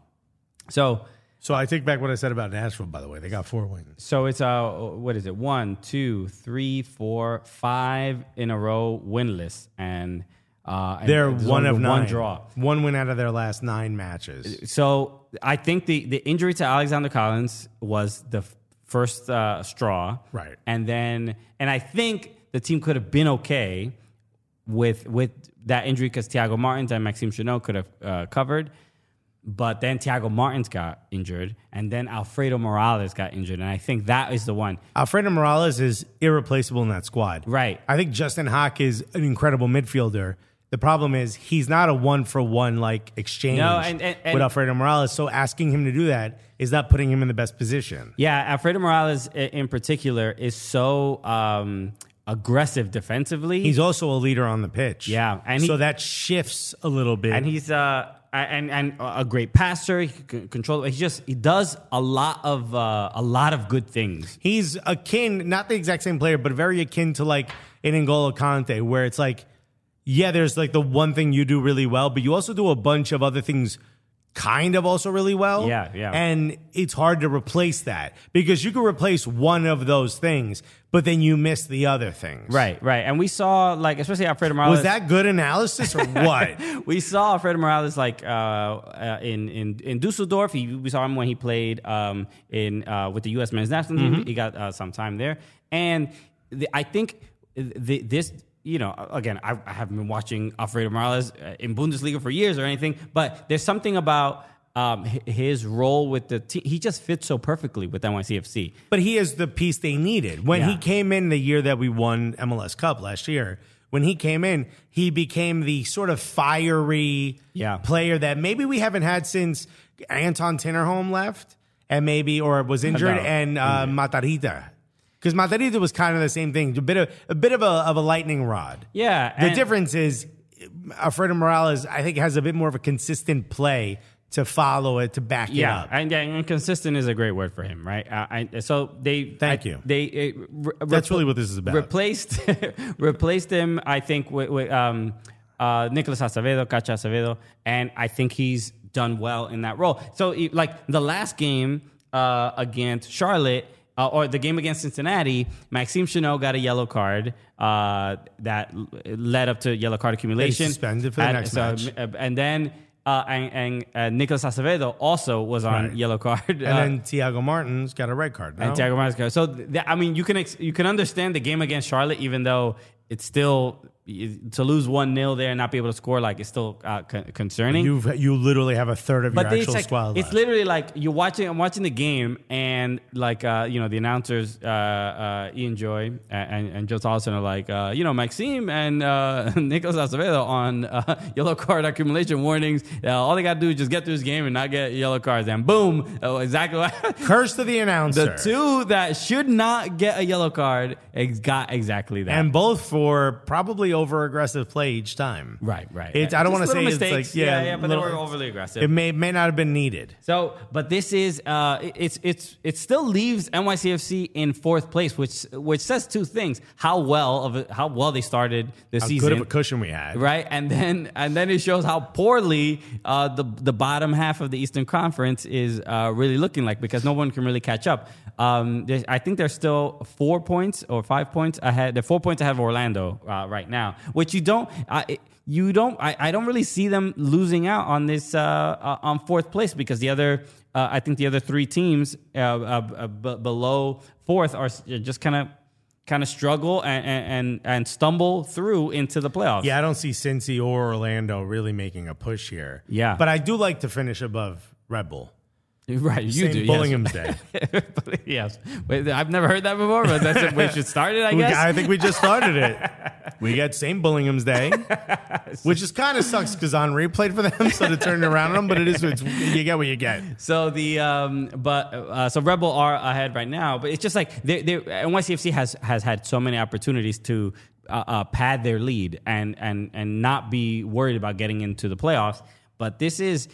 So. So I take back what I said about Nashville. By the way, they got four wins. So it's uh what is it? One, two, three, four, five in a row winless, and uh, and They're there's one only of nine. one draw. One win out of their last nine matches. So I think the the injury to Alexander Collins was the f- first uh, straw, Right. And then and I think the team could have been okay with with that injury because Thiago Martins and Maxime Cheneau could have uh, covered. But then Thiago Martins got injured, and then Alfredo Morales got injured, and I think that is the one. Alfredo Morales is irreplaceable in that squad. Right. I think Justin Hock is an incredible midfielder. The problem is he's not a one for one like exchange No, and- and- and- with Alfredo Morales. So asking him to do that is not putting him in the best position. Yeah, Alfredo Morales i- in particular is so um, aggressive defensively. He's also a leader on the pitch. Yeah, and so he- that shifts a little bit. and he's uh and and a great passer. He can control. He just he does a lot of uh, a lot of good things. he's akin, not the exact same player, but very akin to like an N'Golo Conte, where it's like, yeah, there's like the one thing you do really well, but you also do a bunch of other things kind of also really well. Yeah, yeah. And it's hard to replace that because you can replace one of those things, but then you miss the other things. Right, right. And we saw like especially Alfredo Morales. Was that good analysis or what? we saw Alfredo Morales like uh, uh, in in in Dusseldorf. He, we saw him when he played um, in uh, with the U.S. men's national Mm-hmm. team. He got uh, some time there, and the, I think the, this. You know, again, I, I haven't been watching Alfredo Morales uh, in Bundesliga for years or anything, but there's something about um, hi- his role with the team. He just fits so perfectly with NYCFC. But he is the piece they needed. When he Yeah. came in the year that we won MLS Cup last year, when he came in, he became the sort of fiery Yeah. player that maybe we haven't had since Anton Tinnerholm left and maybe or was injured No. and Mm-hmm. uh, Matarita. Because Matarita was kind of the same thing, a bit of a bit of a of a lightning rod. Yeah, The and- difference is Alfredo Morales, I think, has a bit more of a consistent play to follow it, to back it Yeah, up. and, and consistent is a great word for him, right? I, I, so they Thank I- you. They uh, re- That's repl- really what this is about. Replaced replaced him, I think, with, with um, uh, Nicolas Acevedo, Cacha Acevedo, and I think he's done well in that role. So e- like the last game uh, against Charlotte. Uh, or the game against Cincinnati, Maxime Cheneau got a yellow card uh, that l- led up to yellow card accumulation. suspended for the And next match. uh, and then uh, and, and uh, Nicolas Acevedo also was on Right. yellow card. And And then Tiago Martin's got a red card. uh, and no? Thiago Martinez got- So th- that- I mean, you can ex- you can understand the game against Charlotte, even though it's still to lose one 0 there and not be able to score like it's still uh, con- concerning. You you literally have a third of but your they- actual it's, squad like, it's left. literally like you're watching. I'm watching the game, and like uh, you know, the announcers, uh, uh, Ian Joy and, and Joe Tolson are like, uh, you know, Maxime and uh, Nicolas Acevedo on uh, yellow card accumulation warnings. Uh, all they got to do is just get through this game and not get yellow cards, and boom, oh, exactly. What Curse to the announcer. the two that should not get a yellow card ex- got exactly that. and both for probably over aggressive play each time. Right, right. It's, I don't Just want to say little it's mistakes. like yeah, Yeah, yeah, but they little- were overly aggressive. It may may not have been needed. So, but this is uh, it- it's it's it still leaves NYCFC in fourth place, which which says two things: how well of a- how well they started the How season, good of a cushion we had. right? And then and then it shows how poorly uh, the the bottom half of the Eastern Conference is uh, really looking like because no one can really catch up. Um, there's- I think they're still four points or five points ahead. They're four points ahead of Orlando uh, right now, which you don't. I, it- you don't. I, I don't really see them losing out on this uh, uh, on fourth place because the other. Uh, I think the other three teams uh, uh, uh, b- below fourth are s- just kind of kind of struggle and, and and stumble through into the playoffs. Yeah, I don't see Cincy or Orlando really making a push here. Yeah. but I do like to finish above Red Bull. Right, you St. do. Bullingham's Day. Yes. yes. Wait, I've never heard that before, but that's we should start it, I We- guess. I think we just started it. We got St. Bullingham's Day, which is kind of sucks because Henri played for them, so to turn it around on them. But it is it's, you get what you get. so the um, but uh, so Rebel are ahead right now, but it's just like they they NYCFC has has had so many opportunities to uh, uh, pad their lead and and and not be worried about getting into the playoffs. But this is.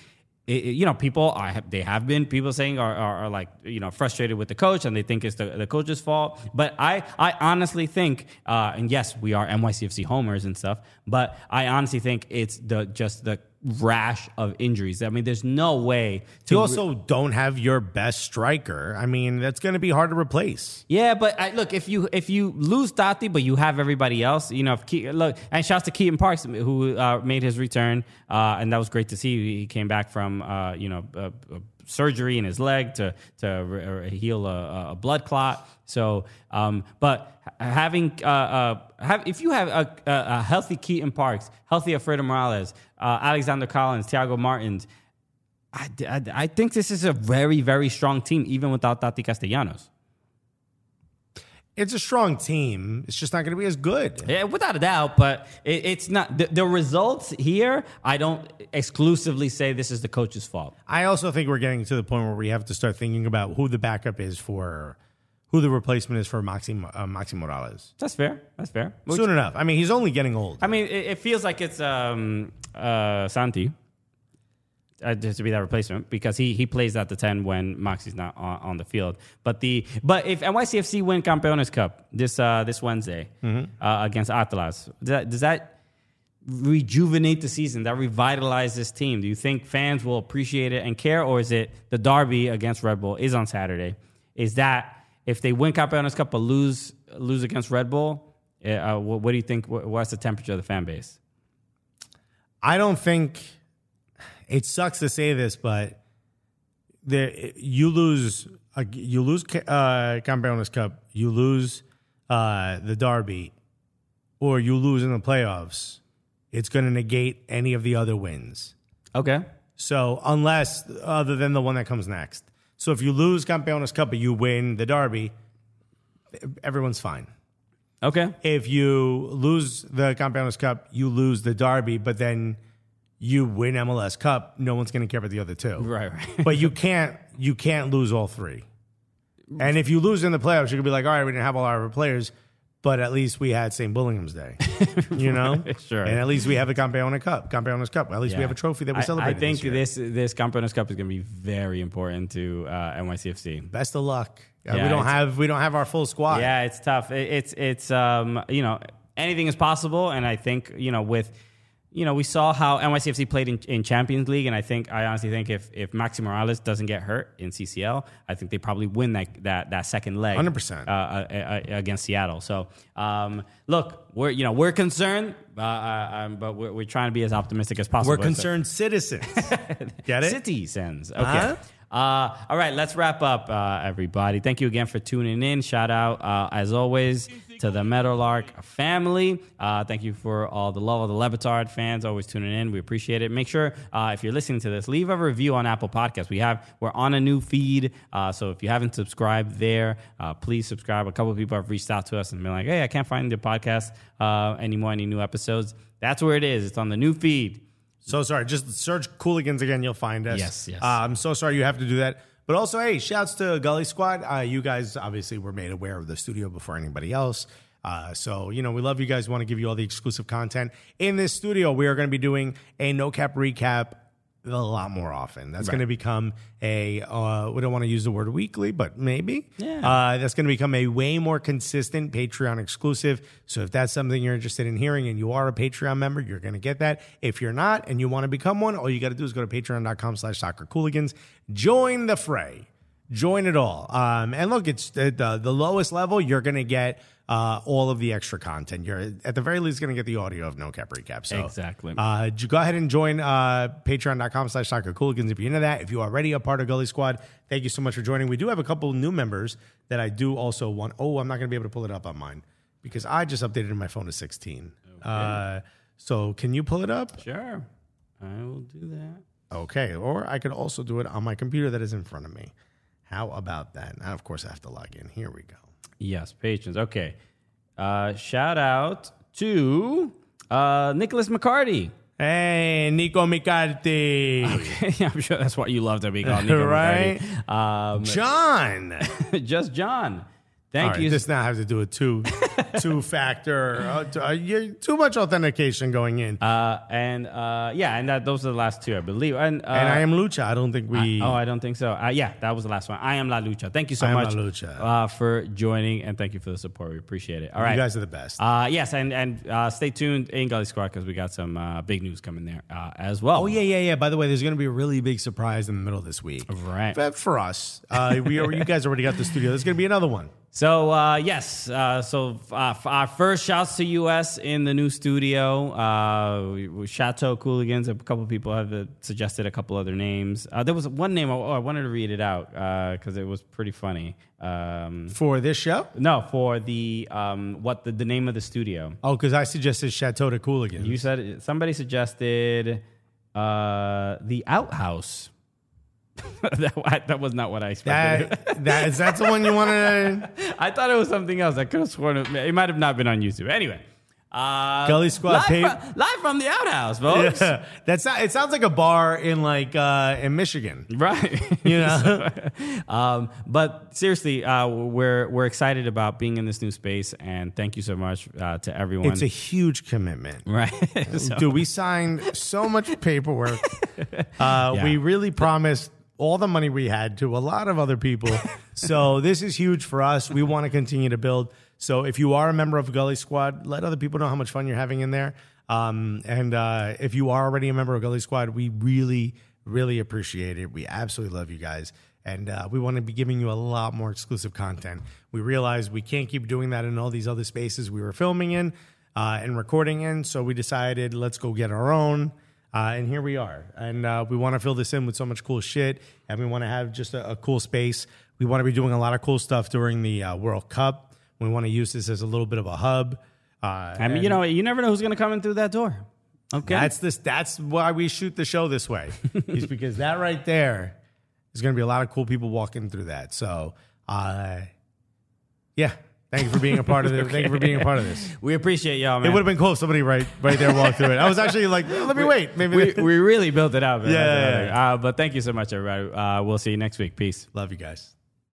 It, it- you know, people are have- they have been people saying are, are, are like you know frustrated with the coach and they think it's the, the coach's fault. But I I honestly think uh, and yes we are NYCFC homers and stuff, but I honestly think it's the just the rash of injuries. I mean, there's no way to You also don't have your best striker. I mean, that's going to be hard to replace. Yeah, but I, look, if you if you lose Dati, but you have everybody else, you know. If Ke- look, and shouts to Keaton Parks who uh, made his return, uh, and that was great to see. He came back from uh, you know uh, uh, surgery in his leg to to re- uh, heal a, a blood clot. So, um, but ha- having uh, uh, have if you have a, a, a healthy Keaton Parks, healthy Alfredo Morales, uh, Alexander Collins, Thiago Martins. I, I, I think this is a very, very strong team, even without Tati Castellanos. It's a strong team. It's just not going to be as good. Yeah, without a doubt, but it, it's not the, the results here. I don't exclusively say this is the coach's fault. I also think we're getting to the point where we have to start thinking about who the backup is for who the replacement is for Maxi, uh, Maxi Morales. That's fair. That's fair. Which- Soon enough. I mean, he's only getting old. I mean, it, it feels like it's um, uh, Santi. Uh, just to be that replacement because he he plays at the ten when Moxie's not on, on the field. But the but if NYCFC win Campeones Cup this uh, this Wednesday uh, against Atlas, does that, does that rejuvenate the season? That revitalize this team? Do you think fans will appreciate it and care, or is it the derby against Red Bull is on Saturday? Is that if they win Campeones Cup but lose lose against Red Bull? Uh, uh, what, what do you think? What, what's the temperature of the fan base? I don't think it sucks to say this, but there you lose uh, you lose uh, Campeones Cup, you lose uh, the Derby, or you lose in the playoffs. It's going to negate any of the other wins. Okay. So unless other than the one that comes next. So if you lose Campeones Cup but you win the Derby, everyone's fine. Okay. If you lose the Campeones Cup, you lose the Derby, but then you win MLS Cup, no one's going to care about the other two. Right, right. but you can't you can't lose all three. And if you lose in the playoffs, you're going to be like, all right, we didn't have all our players, but at least we had St. Bullingham's Day, you know? Sure. And at least we have the Campeona Cup, Campeona's Cup. At least we Yeah. have a trophy that I- we celebrate. I think year. this this, Campeones Cup is going to be very important to uh, NYCFC. best of luck. Uh, Yeah, we don't it's- have we don't have our full squad. Yeah, it's tough. It, it's it's um you know anything is possible, and I think you know with you know we saw how NYCFC played in, in Champions League, and I think I honestly think if if Maxi Morales doesn't get hurt in CCL, I think they probably win that that that second leg, 100%. uh, uh, uh, against Seattle. So um look, we're you know we're concerned, uh, uh, um, but we're, we're trying to be as optimistic as possible. We're So- concerned citizens. Get it? Citizens. Okay. Huh? Uh, all right, let's wrap up, uh, everybody. Thank you again for tuning in. Shout out, uh, as always, to the Meadowlark family. Uh, thank you for all the love of the Levitard fans always tuning in. We appreciate it. Make sure uh, if you're listening to this, leave a review on Apple Podcasts. We have we're on a new feed, uh, so if you haven't subscribed there, uh, please subscribe. A couple of people have reached out to us and been like, "Hey, I can't find the podcast uh, anymore. Any new episodes?" That's where it is. It's on the new feed. So sorry. Just search Cooligans again. You'll find us. Yes, yes. Uh, I'm so sorry you have to do that. But also, hey, shouts to Gully Squad. Uh, you guys obviously were made aware of the studio before anybody else. Uh, so, you know, we love you guys. want to give you all the exclusive content. In this studio, we are going to be doing a no cap recap a lot more often. That's going to become a, uh, we don't want to use the word weekly, but maybe. Yeah. Uh, that's going to become a way more consistent Patreon exclusive. So if that's something you're interested in hearing and you are a Patreon member, you're going to get that. If you're not and you want to become one, all you got to do is go to patreon.com slash soccer cooligans. Join the fray. Join it all. Um, and look, it's the, the, the lowest level. You're going to get uh, all of the extra content. You're at the very least going to get the audio of No Cap Recap. So Exactly. uh, j- go ahead and join uh, patreon.com slash soccer cooligans if you're into that. If you are already a part of Gully Squad, thank you so much for joining. We do have a couple new members that I do also want. Oh, I'm not going to be able to pull it up on mine because I just updated my phone to 16. Uh, so can you pull it up? Sure, I will do that. Okay. Or I could also do it on my computer that is in front of me. How about that? And of course, I have to log in. Here we go. Yes, patrons. Okay. Uh, shout out to uh, Nicholas McCarty. Hey, Nico Micarti. I'm sure that's what you love to be called, Nicholas Right? McCarty. John. Um, just John. All Thank right, you. This now has to do with two, two factor, uh, t- uh, you- too much authentication going in. uh, and uh, yeah, and that, those are the last two, I believe. And, uh, and I am Lucha. I don't think we. Oh, I don't think so. Uh, yeah, that was the last one. I am La Lucha. Thank you so I am La much Lucha. Uh, for joining and thank you for the support. We appreciate it. All right. You guys are the best. Uh, yes, and and uh, stay tuned in Gully Squad because we got some uh, big news coming there uh, as well. oh yeah, yeah, yeah. By the way, there's going to be a really big surprise in the middle of this week. Right. But for us, uh, we are, you guys already got the studio. There's going to be another one. So uh, yes, uh, so uh, f- our first shouts to US in the new studio, uh, we- we- Chateau Cooligans. A couple people have uh, suggested a couple other names. Uh, there was one name. Oh, I wanted to read it out because it was pretty funny. Um, for this show. no, for the um, what the, the name of the studio. Oh, because I suggested Chateau de Cooligan. You said somebody suggested uh, the outhouse. that, I- that was not what I expected. that, that is that's the one you want to. I thought it was something else. I could have sworn it, it might have not been on YouTube. Anyway, Uh, Gully Squad, live, Pete. from, live from the outhouse, folks. Yeah. That's not, it sounds like a bar in like uh, in Michigan. Right. You know? um, but seriously, uh, we're we're excited about being in this new space, and thank you so much uh, to everyone. it's a huge commitment. right. So- Dude, we signed so much paperwork. Uh, Yeah. We really promised all the money we had to a lot of other people. so this is huge for us. We want to continue to build. So if you are a member of Gully Squad, let other people know how much fun you're having in there. Um, and uh, if you are already a member of Gully Squad, we really, really appreciate it. We absolutely love you guys. And uh, we want to be giving you a lot more exclusive content. We realized we can't keep doing that in all these other spaces we were filming in uh, and recording in. So we decided let's go get our own. Uh, and here we are. And uh, we want to fill this in with so much cool shit. And we want to have just a, a cool space. We want to be doing a lot of cool stuff during the uh, World Cup. We want to use this as a little bit of a hub. Uh, I mean, you know, you never know who's going to come in through that door. Okay. that's this. That's why we shoot the show this way. is because that right there is going to be a lot of cool people walking through that. So, uh, yeah. Thank you for being a part of this. Thank you for being a part of this. we appreciate y'all, It man. would have been cool if somebody right right there walked through it. I was actually like, let me wait. Maybe we, they- we really built it out, man. Yeah, yeah, yeah. Uh, but thank you so much, everybody. Uh, we'll see you next week. Peace. love you guys.